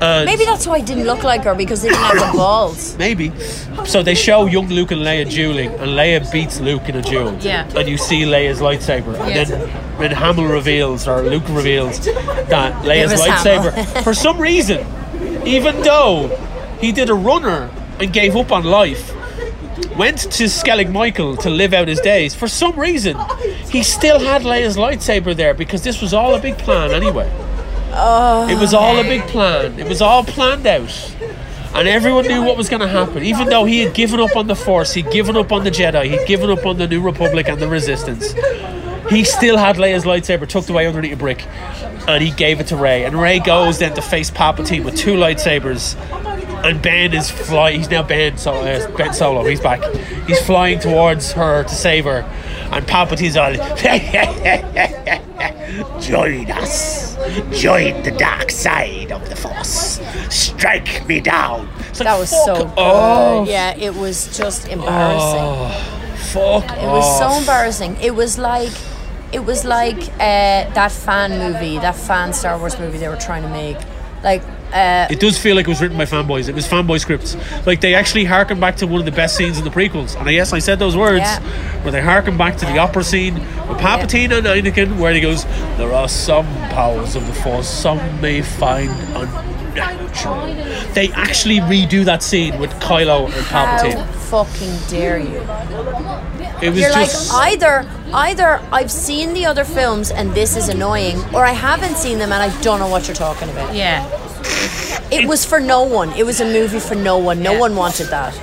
And-
Maybe that's why I didn't look like her because they didn't have the balls.
Maybe. So they show young Luke and Leia dueling, and Leia beats Luke in a duel.
Yeah.
And you see Leia's lightsaber, and
Yeah.
then when Hamill reveals or Luke reveals that Leia's
was
lightsaber,
Hamill.
for some reason, even though he did a runner and gave up on life. Went to Skellig Michael to live out his days. For some reason, he still had Leia's lightsaber there because this was all a big plan anyway. It was all a big plan. It was all planned out. And everyone knew what was going to happen. Even though he had given up on the Force, he'd given up on the Jedi, he'd given up on the New Republic and the Resistance. He still had Leia's lightsaber tucked away underneath a brick, and he gave it to Rey. And Rey goes then to face Palpatine with two lightsabers. And Ben is flying. He's now Ben, so, uh, ben Solo. He's back. He's flying towards her to save her, and Palpatine's all, "Join us, join the dark side of the Force. Strike me down." It's like,
That was
fuck Oh.
so good.
off.
Yeah, it was just embarrassing.
Fuck
It was
Oh.
so embarrassing. It was like, it was like uh, that fan movie, that fan Star Wars movie they were trying to make. Like, uh,
It does feel like it was written by fanboys. It was fanboy scripts. Like they actually harken back to one of the best scenes in the prequels. And I yes, I said those words.
Yeah.
Where they harken back to the opera scene with Palpatine and Anakin, where he goes, "There are some powers of the Force some may find unnatural." They actually redo that scene with Kylo and
how
Palpatine.
fucking dare you?
It was
You're like
just
either either I've seen the other films and this is annoying, or I haven't seen them and I don't know what you're talking about.
Yeah.
It was for no one. It was a movie for no one. No one wanted that.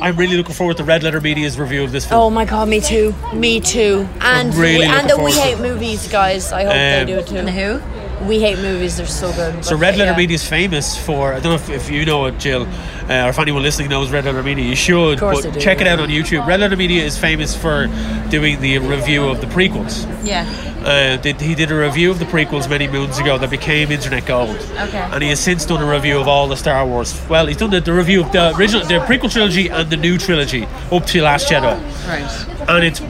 I'm really looking forward to Red Letter Media's review of this film.
Oh my god, me too. Me too. And
I'm really
and
looking
the We
forward to
Hate Movies guys. I hope
Um,
they do it too.
Who?
We hate movies. They're so good.
So
but, uh,
Red Letter
yeah.
Media is famous for I don't know if, if you know it, Jill, uh, or if anyone listening knows Red Letter Media. You should,
course I
but
do,
check it
yeah.
out on YouTube. Red Letter Media is famous for doing the review of the prequels.
Yeah.
Uh, did, he did a review of the prequels many moons ago that became internet gold.
Okay.
And he has since done a review of all the Star Wars. Well, he's done the, the review of the original, the prequel trilogy and the new trilogy up to Last Jedi
Right.
and it's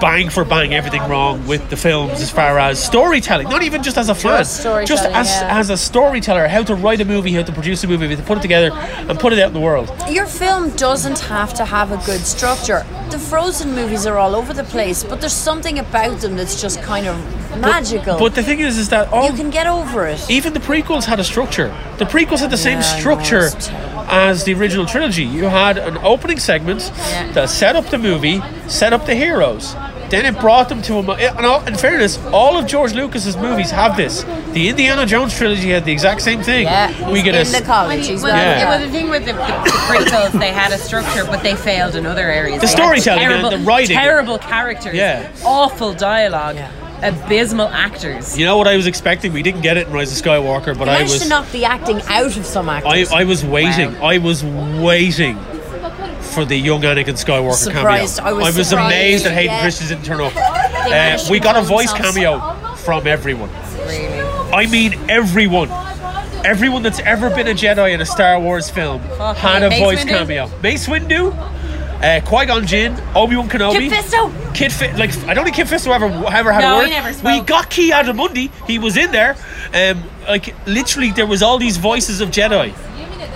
bang for bang everything wrong with the films as far as storytelling not even just as a fan
Just storytelling,
just as,
yeah.
as a storyteller how to write a movie how to produce a movie how to put it together and put it out in the world
Your film doesn't have to have a good structure. The Frozen movies are all over the place, but there's something about them that's just kind of magical.
but the thing is is that all
you can get over it.
even the prequels had a structure the prequels had the same
Yeah, I know,
structure
it's terrible.
as the original trilogy you had an opening segment
Yeah.
that set up the movie set up the heroes then it brought them to a. mo- And all, in fairness, all of George Lucas's movies have this. The Indiana Jones trilogy had the exact same thing.
yeah,
we get a
in
s-
the college. He's
well,
Yeah.
yeah. well, the thing with the, the, the prequels, they had a structure, but they failed in other areas.
The
They had
storytelling and the writing.
terrible characters,
Yeah.
awful dialogue, abysmal actors.
You know what I was expecting? We didn't get it in Rise of Skywalker, but I
managed to
was
knock the acting out of some
I,
actors.
I was waiting. I was waiting for the young Anakin Skywalker
Surprised.
cameo.
I was surprised,
amazed that Hayden
yeah.
Christensen didn't turn up. Uh,
managed
we
to
got a
pull
voice
themselves-
cameo from everyone. I mean everyone. Everyone that's ever been a Jedi in a Star Wars film
Fuck
had
me.
a
Mace
voice
Windu?
cameo. Mace Windu, uh, Qui Gon Jinn, Obi Wan Kenobi,
Kid Fisto.
Kid Fi- like I don't think Kid Fisto ever ever had
No,
a
he
word.
never spoke.
we got Key Adamundi. He was in there. Um, like literally, there was all these voices of Jedi,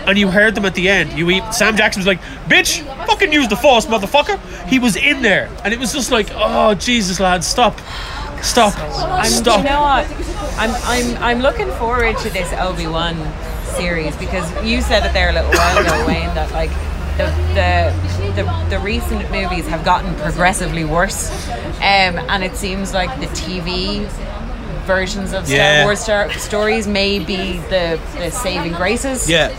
and you heard them at the end. You eat. Sam Jackson was like, "Bitch, fucking use the Force, motherfucker." He was in there, and it was just like, "Oh Jesus, lad, stop, stop,
I'm,
stop."
You know what? I'm, I'm, I'm looking forward to this Obi Wan series because you said it there a little while ago, Wayne, that like the the, the the recent movies have gotten progressively worse, um, and it seems like the TV versions of Star
Yeah.
Wars star- stories may be the the saving graces
yeah,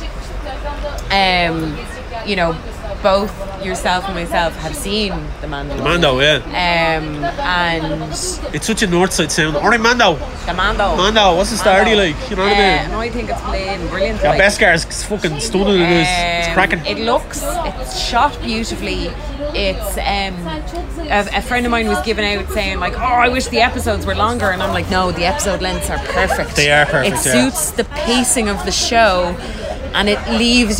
um, you know, both yourself and myself have seen The Mandalorian.
Mando, yeah.
Um, and The
It's such a Northside sound. Alright, Mando.
Mando.
Mando, what's the Stardy
Mando.
like? You know what I
Uh,
mean?
And I think it's playing brilliant.
Yeah,
like.
Beskar is fucking stunning. it is. It's
Um,
cracking.
It looks, it's shot beautifully. It's um, a, a friend of mine was giving out saying like, "Oh, I wish the episodes were longer," and I'm like, "No, the episode lengths are perfect.
They are perfect,
It
yeah.
suits the pacing of the show, and it leaves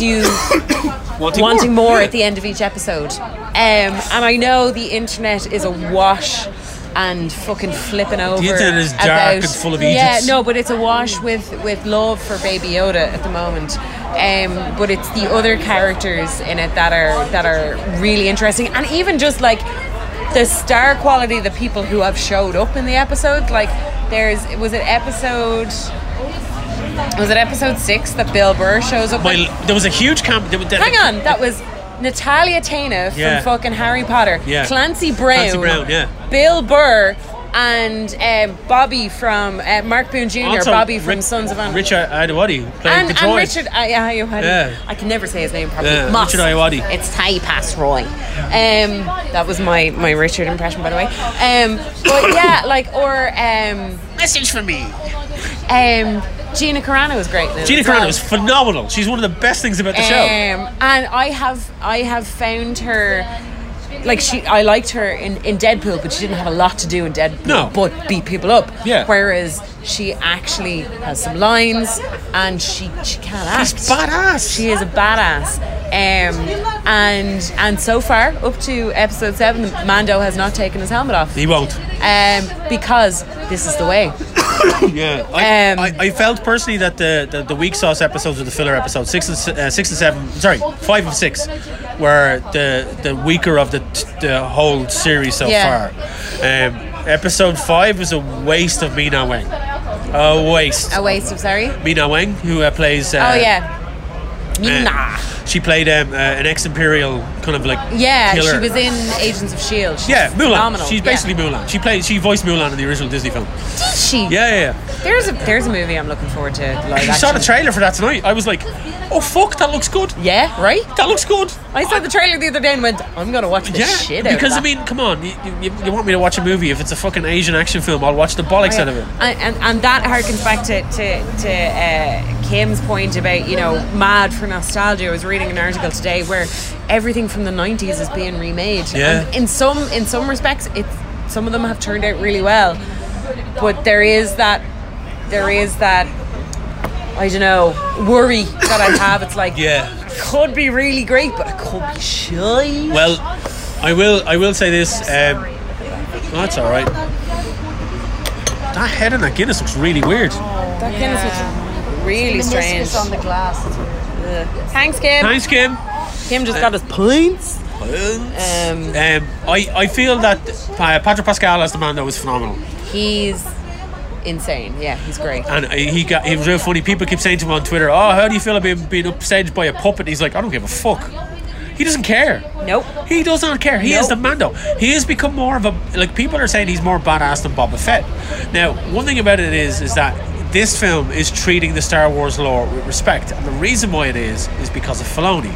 you
Wanting,
wanting more at the end of each episode. Um, and I know the internet is awash and fucking flipping over.
internet is dark
about-
and full of
Yeah,
Egypts.
no, but it's awash with with love for Baby Yoda at the moment. Um, but it's the other characters in it that are that are really interesting, and even just like the star quality, of the people who have showed up in the episode. Like, there's was it episode. Was it episode six that Bill Burr shows up? with?
My, there was a huge camp. There, was- there,
Hang on, that was Natalia Tana from
Yeah.
fucking Harry Potter,
Yeah.
Clancy Brown,
Clancy Brown, yeah.
Bill Burr, and um, Bobby from uh, Mark Boone Jr.,
Also,
Bobby from
Rick-
Sons of Anarchy.
Richard Adewadi playing
And, and
Detroit.
Richard I, I, I,
Yeah.
I can never say his name properly.
Yeah,
Moss.
Richard Ayoade.
It's Tai Pass Roy. Um, that was my, my Richard impression, by the way. Um, but yeah, like, or. Um,
Message for me.
um, Gina Carano was great. in it
Gina
as well.
Carano is phenomenal. She's one of the best things about the show.
Um, and I have I have found her like she I liked her in, in Deadpool, but she didn't have a lot to do in Deadpool
No.
but beat people up.
Yeah.
Whereas she actually has some lines and she, she can act.
She's badass.
She is a badass. Um, and and so far, up to episode seven, Mando has not taken his helmet off.
He won't.
Um, because this is the way.
Yeah, I,
Um,
I, I felt personally that the, the, the weak sauce episodes were the filler episodes six and se- uh, six and seven. Sorry, five and six were the the weaker of the t- the whole series so
Yeah.
far. Um, episode five was a waste of Mina Wang. A waste.
A waste of sorry.
Mina Wang, who uh, plays. Uh,
Oh yeah. Mina.
She played um, uh, an ex-imperial kind of like
Yeah,
killer.
she was in Agents of Shield. E She's
yeah, Mulan.
Phenomenal.
She's
Yeah.
basically Mulan. She played. She voiced Mulan in the original Disney film.
Did she?
Yeah, yeah. yeah.
There's a there's a movie I'm looking forward to. Live
I saw the
action.
trailer for that tonight. I was like, oh fuck, that looks good.
Yeah, right.
That looks good.
I saw the trailer the other day and went, I'm gonna watch the
Yeah,
shit out
because
of
I
that.
mean, come on, you, you, you want me to watch a movie? If it's a fucking Asian action film, I'll watch the
Oh,
bollocks out of it.
And, and, and that harkens back to, to, to uh, Kim's point about, you know, mad for nostalgia. I was reading an article today where everything from the 90s is being remade.
Yeah.
And in some in some respects, it's, some of them have turned out really well. But there is that, there is that, I don't know, worry that I have. It's like,
Yeah.
could be really great, but it could be shy.
Well, I will. I will say this. Um, that's all right. That head in that Guinness looks really weird.
That kind of looks really strange.
on the glass.
Thanks, Kim.
Thanks, Kim.
Kim just got his points.
Um, I, I feel that Pa- Patrick Pascal as the man though was phenomenal,
He's insane. Yeah, he's great.
and he got he was real funny. People keep saying to him on Twitter, "Oh, how do you feel about being, being upstaged by a puppet?" He's like, "I don't give a fuck." He doesn't care.
Nope.
He does not care. He is the
Nope.
Mando. He has become more of a like people are saying he's more badass than Boba Fett. Now, one thing about it is is that this film is treating the Star Wars lore with respect, and the reason why it is is because of Filoni.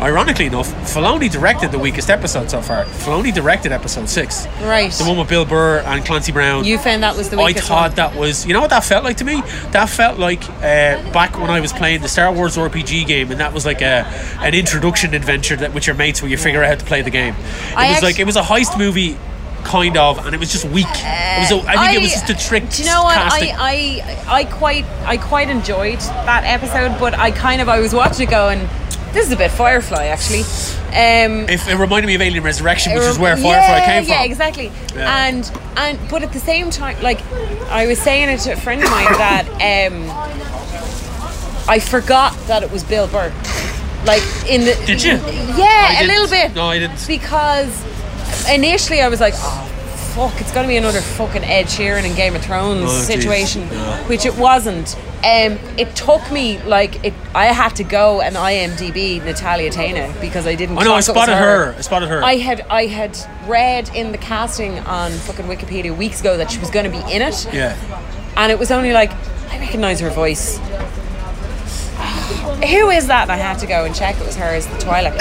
Ironically enough, Filoni directed the weakest episode so far. Filoni directed episode six,
Right.
the one with Bill Burr and Clancy Brown.
You found that was the
I
weakest
thought
one.
that was, you know what that felt like to me? That felt like uh, back when I was playing the Star Wars RPG game, and that was like a an introduction adventure that with your mates where you figure out how to play the game. It
I
was
actu-
like it was a heist movie, kind of, and it was just weak. it was a, I think it was just a trick.
Do you know what?
casting.
I, I I quite I quite enjoyed that episode, but I kind of I was watching it going, this is a bit Firefly actually. Um,
if it reminded me of Alien Resurrection, which
it
is
rem-
where Firefly
yeah,
came from.
Yeah, exactly.
Yeah.
And and but at the same time, like I was saying it to a friend of mine that um, I forgot that it was Bill Burr. Like in the
Did you? I
Yeah, a
didn't.
little bit.
No, I didn't.
Because initially I was like, oh. Fuck, it's gonna be another fucking Ed Sheeran and Game of Thrones
Oh, geez.
situation,
Yeah.
which it wasn't. Um, it took me like it. I had to go and IMDb Natalia Tena because I didn't.
I know. Oh, I
clock it was
spotted
her.
her. I spotted her.
I had I had read in the casting on fucking Wikipedia weeks ago that she was going to be in it,
yeah.
and it was only like I recognise her voice. Who is that? And I had to go and check. It was her as the Twilight.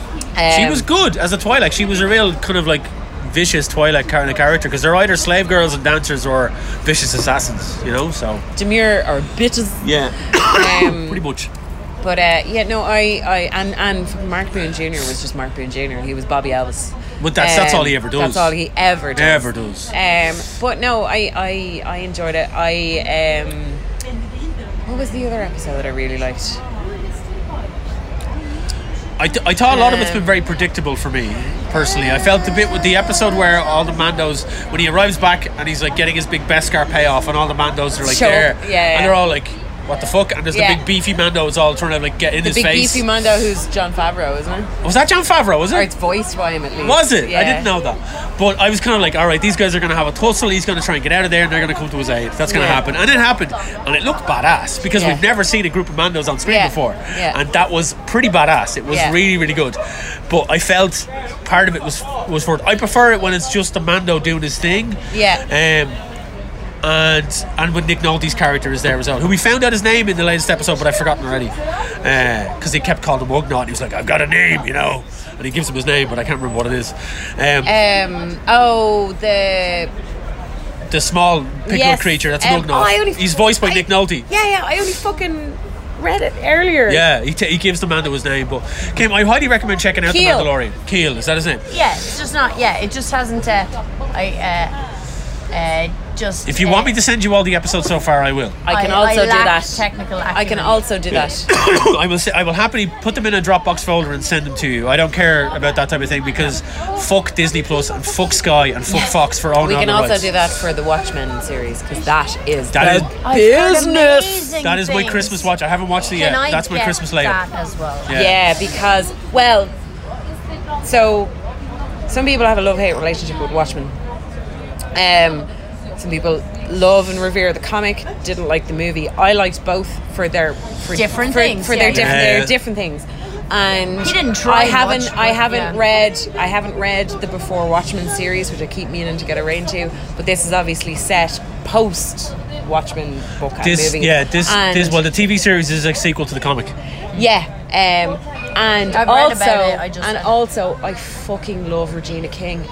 She
Um,
was good as a Twilight. She was a real kind of like vicious Twilight kind of character because they're either slave girls and dancers or vicious assassins, you know. So
demure or bitches.
yeah,
Um,
pretty much.
but uh, yeah, no, I, I and and fucking Mark Boone Jr. was just Mark Boone Jr. He was Bobby Elvis.
But that's- that's all he ever does.
That's all he ever does.
Ever does.
Um, but no, I, I I enjoyed it. I um, what was the other episode that I really liked?
I, th- I thought a lot of
Um,
it's been very predictable for me personally. I felt a bit with the episode where all the Mandos, when he arrives back and he's like getting his big Beskar payoff, and all the Mandos are like
Sure.
there,
Yeah, yeah.
and they're all like, "What the fuck?" And there's
Yeah.
the big beefy Mandos all trying to like get in
The
his
big
face.
beefy Mondo, who's John Favreau, isn't it?
was that John Favreau? Was it?
Or it's voiced by him at least.
Was it?
Yeah.
I didn't know that. But I was kind of like, all right, these guys are going to have a tussle. He's going to try and get out of there, and they're going to come to his aid. That's going to
Yeah.
happen, and it happened, and it looked badass because
Yeah.
we've never seen a group of Mandos on screen
Yeah.
before,
Yeah.
and that was pretty badass. It was
Yeah.
really, really good. But I felt part of it was was for. I prefer it when it's just the Mando doing his thing.
Yeah.
Um. And and when Nick Nolte's character is there as well, who we found out his name in the latest episode, but I've forgotten already, because they kept calling him Ugnaught. He was like, "I've got a name," you know, and he gives him his name, but I can't remember what it is. Um,
Um. Oh, the
the small pickled
yes,
creature. That's
um,
um,
oh, I only-
He's voiced by
I-
Nick Nolte.
Yeah, yeah. I only fucking read it earlier.
Yeah, he, t- he gives the Mando his name. But Kim, I highly recommend checking out
Keel.
the Mandalorian. Keel, is that his name?
Yeah, it's just not. Yeah, it just hasn't. Uh, I uh, uh, just.
If you
uh,
want me to send you all the episodes so far, I will.
I can also do
lack
that.
Technical.
I can also do that.
I will. s I will happily put them in a Dropbox folder and send them to you. I don't care about that type of thing because fuck Disney Plus and fuck Sky and fuck Fox for owning
We
all
can
Oh, the
also
rights.
do that for the Watchmen series because that is
That is
the
Business.
that is my Christmas watch. I haven't watched it yet.
Can I
That's my
get
Christmas layout.
That as well.
Yeah.
Yeah, because well, so some people have a love-hate relationship with Watchmen. Um, some people love and revere the comic, didn't like the movie. I liked both for their for,
Different
for,
things,
for
yeah,
their
yeah.
different
Yeah,
their
yeah.
different things. and
He didn't try
I haven't.
much,
I
but
haven't
yeah.
read. I haven't read the before Watchmen series, which I keep meaning to get around to. But this is obviously set post Watchmen book and
This,
movie.
yeah, this,
And-
this. Well, the TV series is a sequel to the comic.
yeah, um, and
I've read
also,
about it, I just
and
said.
also, I fucking love Regina King,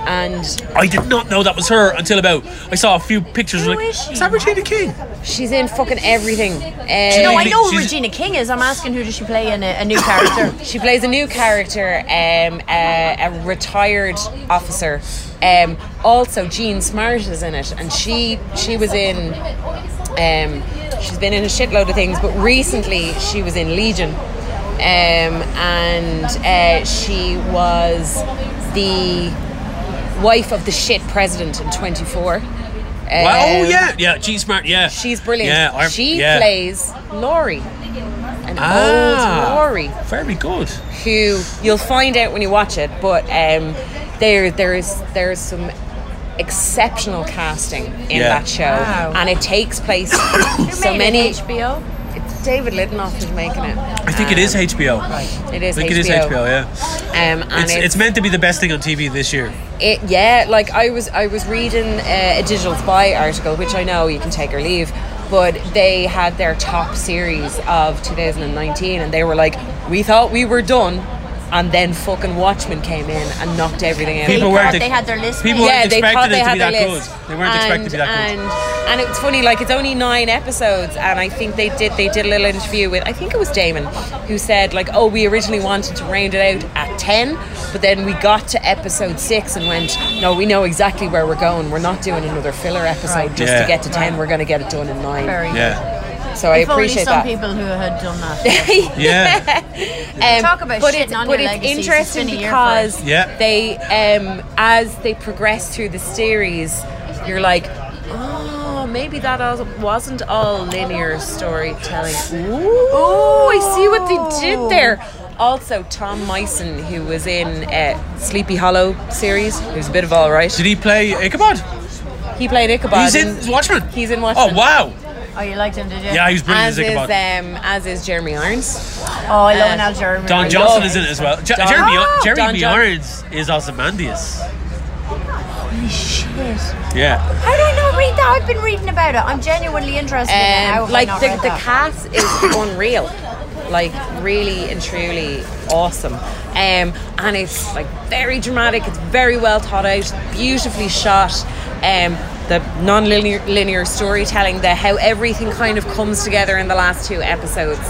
and
I did not know that was her until about I saw a few pictures.
Who
like,
is she?
is that Regina King?
she's in fucking everything. Um,
No, I
She's-
know who
she's-
Regina King is. I'm asking who does she play in a, a new character.
She plays a new character, um, a, a retired officer. Um, also, Jean Smart is in it, and she she was in. Um, she's been in a shitload of things, but recently she was in Legion, um, and uh, she was the wife of the shit president in 24.
Well, oh
Um,
yeah, yeah, Jean Smart, yeah.
She's brilliant.
Yeah, I-
she
yeah.
plays Laurie, an
Ah.
old Laurie
Very good.
who you'll find out when you watch it, but um, there there is there is some exceptional casting in
Yeah.
that show,
Wow.
and it takes place so
Made it,
many.
HBO.
It's David Lidenoff is making it.
I think it is
Um,
HBO.
It is
I think it
HBO.
is HBO. Yeah,
Um, and
it's, it's meant to be the best thing on TV this year.
it, yeah, like I was I was reading uh, a Digital Spy article, which I know you can take or leave, but they had their top series of 2019, and they were like, we thought we were done, and then fucking Watchmen came in and knocked everything out.
People
People
thought
weren't.
they had their list
People
made.
yeah,
weren't
they thought
expecting
they
it to
had
be
their
that
list.
good. They weren't expecting it to be that
and,
good.
And it's funny, like it's only nine episodes, and I think they did they did a little interview with I think it was Damon who said like, oh, we originally wanted to round it out at ten, but then we got to episode six and went, no, we know exactly where we're going. We're not doing another filler episode just
Yeah.
to get to ten. We're going to get it done in nine.
Very
Yeah,
So I
If only
appreciate
some
that.
people who had done that.
yeah.
Um,
Talk about
but
shitting
it's,
on
but
your
it's
legacies. It's
interesting
been a year
because
it. Yeah.
they um, as they progress through the series you're like oh maybe that all wasn't all linear storytelling oh i see what they did there also tom Meissen, who was in uh, sleepy hollow series who's a bit of all right
Did he play Ichabod?
he played ichabod
He's in Watchmen.
he's in Watchmen.
Oh wow!
oh, you liked him, did you?
Yeah, he was brilliant as
as is, um,
Ichabod.
as is jeremy irons
Oh, I love an Al Jeremy.
Don
Uh, love
Johnson is in it
it.
as well. J-
Don-
Jeremy
Oh! Don
Jeremy
John-
Irons is Ozymandias.
How
Yeah.
did I not read that? I've been reading about it. I'm genuinely interested in it. How
Um,
have
like
I not
the,
read
the
that?
cast is unreal like really and truly awesome um, and it's like very dramatic it's very well thought out beautifully shot um, the non-linear linear storytelling the how everything kind of comes together in the last two episodes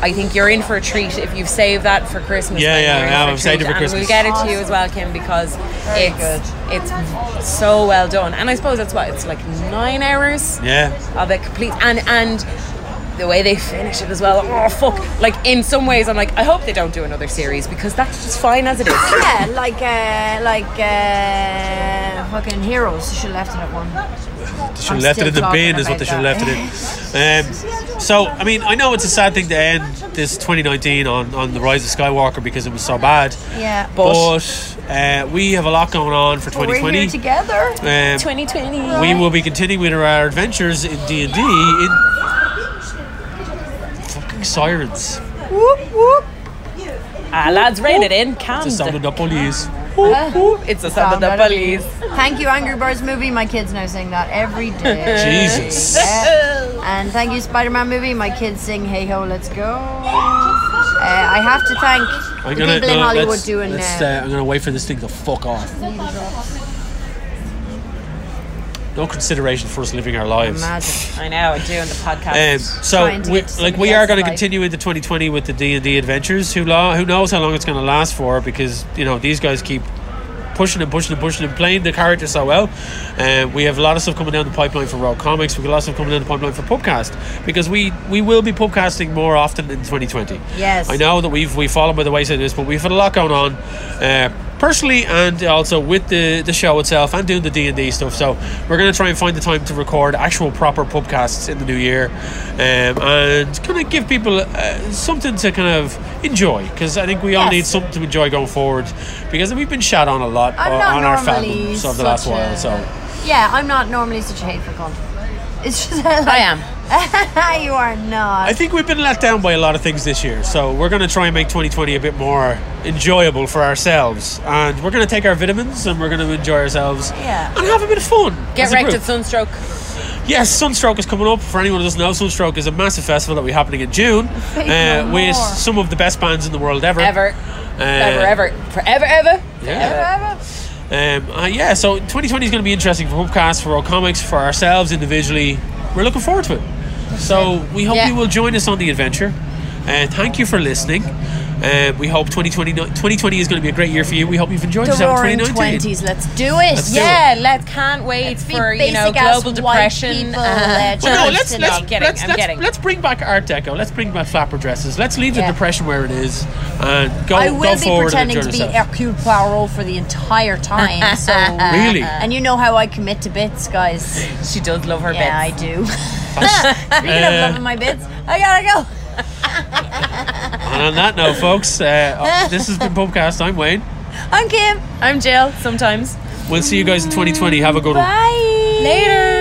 I think you're in for a treat if you save that for Christmas.
Yeah,
then
yeah,
you're in
yeah,
for a
I've saved it
treat.
for
And we'll
Christmas.
get it to you as well, Kim, because it's it's so well done. And I suppose that's what it's like nine hours
Yeah.
of it complete and and the way they finish it as well oh fuck like in some ways i'm like i hope they don't do another series because that's just fine as it is
Yeah, like uh, like uh, fucking heroes. She left it at one.
They should
I'm
have left
still
it in the
talking
bin is what
about
they should
that.
have left it in. Um, so I mean I know it's a sad thing to end this 2019 on, on the rise of Skywalker because it was so bad.
Yeah.
But uh, we have a lot going on for
We're
2020.
here together.
Um,
2020
we will be continuing our adventures in D and D in fucking sirens.
ah, lads rein it in calm
Just sounded up on these.
it's a sound of the police
Thank you, Angry Birds movie. My kids now sing that every day.
Jesus.
And thank you, Spider Man movie. My kids sing Hey Ho, Let's Go. Uh, I have to thank
I'm
the
gonna,
people
no,
in Hollywood
let's-
doing
let's,
uh,
uh, I'm gonna wait for this thing to fuck off. No consideration for us living our lives.
magic.
i know i'm doing the
Um,
podcast
so,
Trying to
we,
get to
like,
somebody
we are
else's
going to
life.
continue into 2020 with the D and D adventures. Who, lo- who knows how long it's going to last for? Because you know these guys keep pushing and pushing and pushing and playing the character so well. Um, we have a lot of stuff coming down the pipeline for Raw Comics. We've got a lot of stuff coming down the pipeline for Pubcast because we we will be pubcasting more often in 2020.
Yes.
I know that we've we've fallen by the wayside of this, but we've had a lot going on. Uh, personally and also with the the show itself and doing the d&d stuff so we're going to try and find the time to record actual proper podcasts in the new year um, and kind of give people uh, something to kind of enjoy because i think we all
Yes.
need something to enjoy going forward because we've been shot on a lot
I'm
uh,
not
on our
normally
fandoms over the last
such
while
a-
so
Yeah, I'm not normally such a hateful cunt. It's just like,
I am.
you are not.
I think we've been let down by a lot of things this year, so we're going to try and make 2020 a bit more enjoyable for ourselves. And we're going to take our vitamins and we're going to enjoy ourselves
Yeah.
and have a bit of fun.
Get
as a
wrecked
group.
at sunstroke.
Yes, Sunstroke is coming up. For anyone who doesn't know, Sunstroke is a massive festival that will be happening in June
Faith
uh,
no
with
more.
some of the best bands in the world ever.
Ever.
Uh,
ever, ever. Forever, ever.
Yeah. Um, uh, yeah, so 2020 is going to be interesting for Hubcast, for all comics, for ourselves individually. We're looking forward to it. So we hope
Yeah.
you will join us on the adventure. Uh, thank you for listening. Uh, we hope 2020, no- 2020 is going to be a great year for you. We hope you've enjoyed
the
yourself in
roaring
2019.
twenties. Let's do it.
Let's do it.
Yeah, let can't wait
Let's be
for you know
basic-ass
global
white
depression.
people,
Uh,
uh,
Well, no,
I'm
let's,
still-
let's,
I'm kidding,
let's,
I'm
let's,
kidding.
let's bring back Art Deco. Let's bring back flapper dresses. Let's leave the
Yeah.
depression where it is and go,
I
go
will be
forward and
pretending
enjoy
to be
yourself.
Hercule Poirot for the entire time. So uh,
Really?
And you know how I commit to bits, guys.
she does love her
Yeah, I
bits.
do. Speaking
Uh,
of loving my bits, I gotta go.
and on that note, folks, uh, this has been Pubcast. I'm Wayne.
I'm Kim.
uh, I'm Jill sometimes.
We'll see you guys in 2020. Have a good one.
Bye. Later.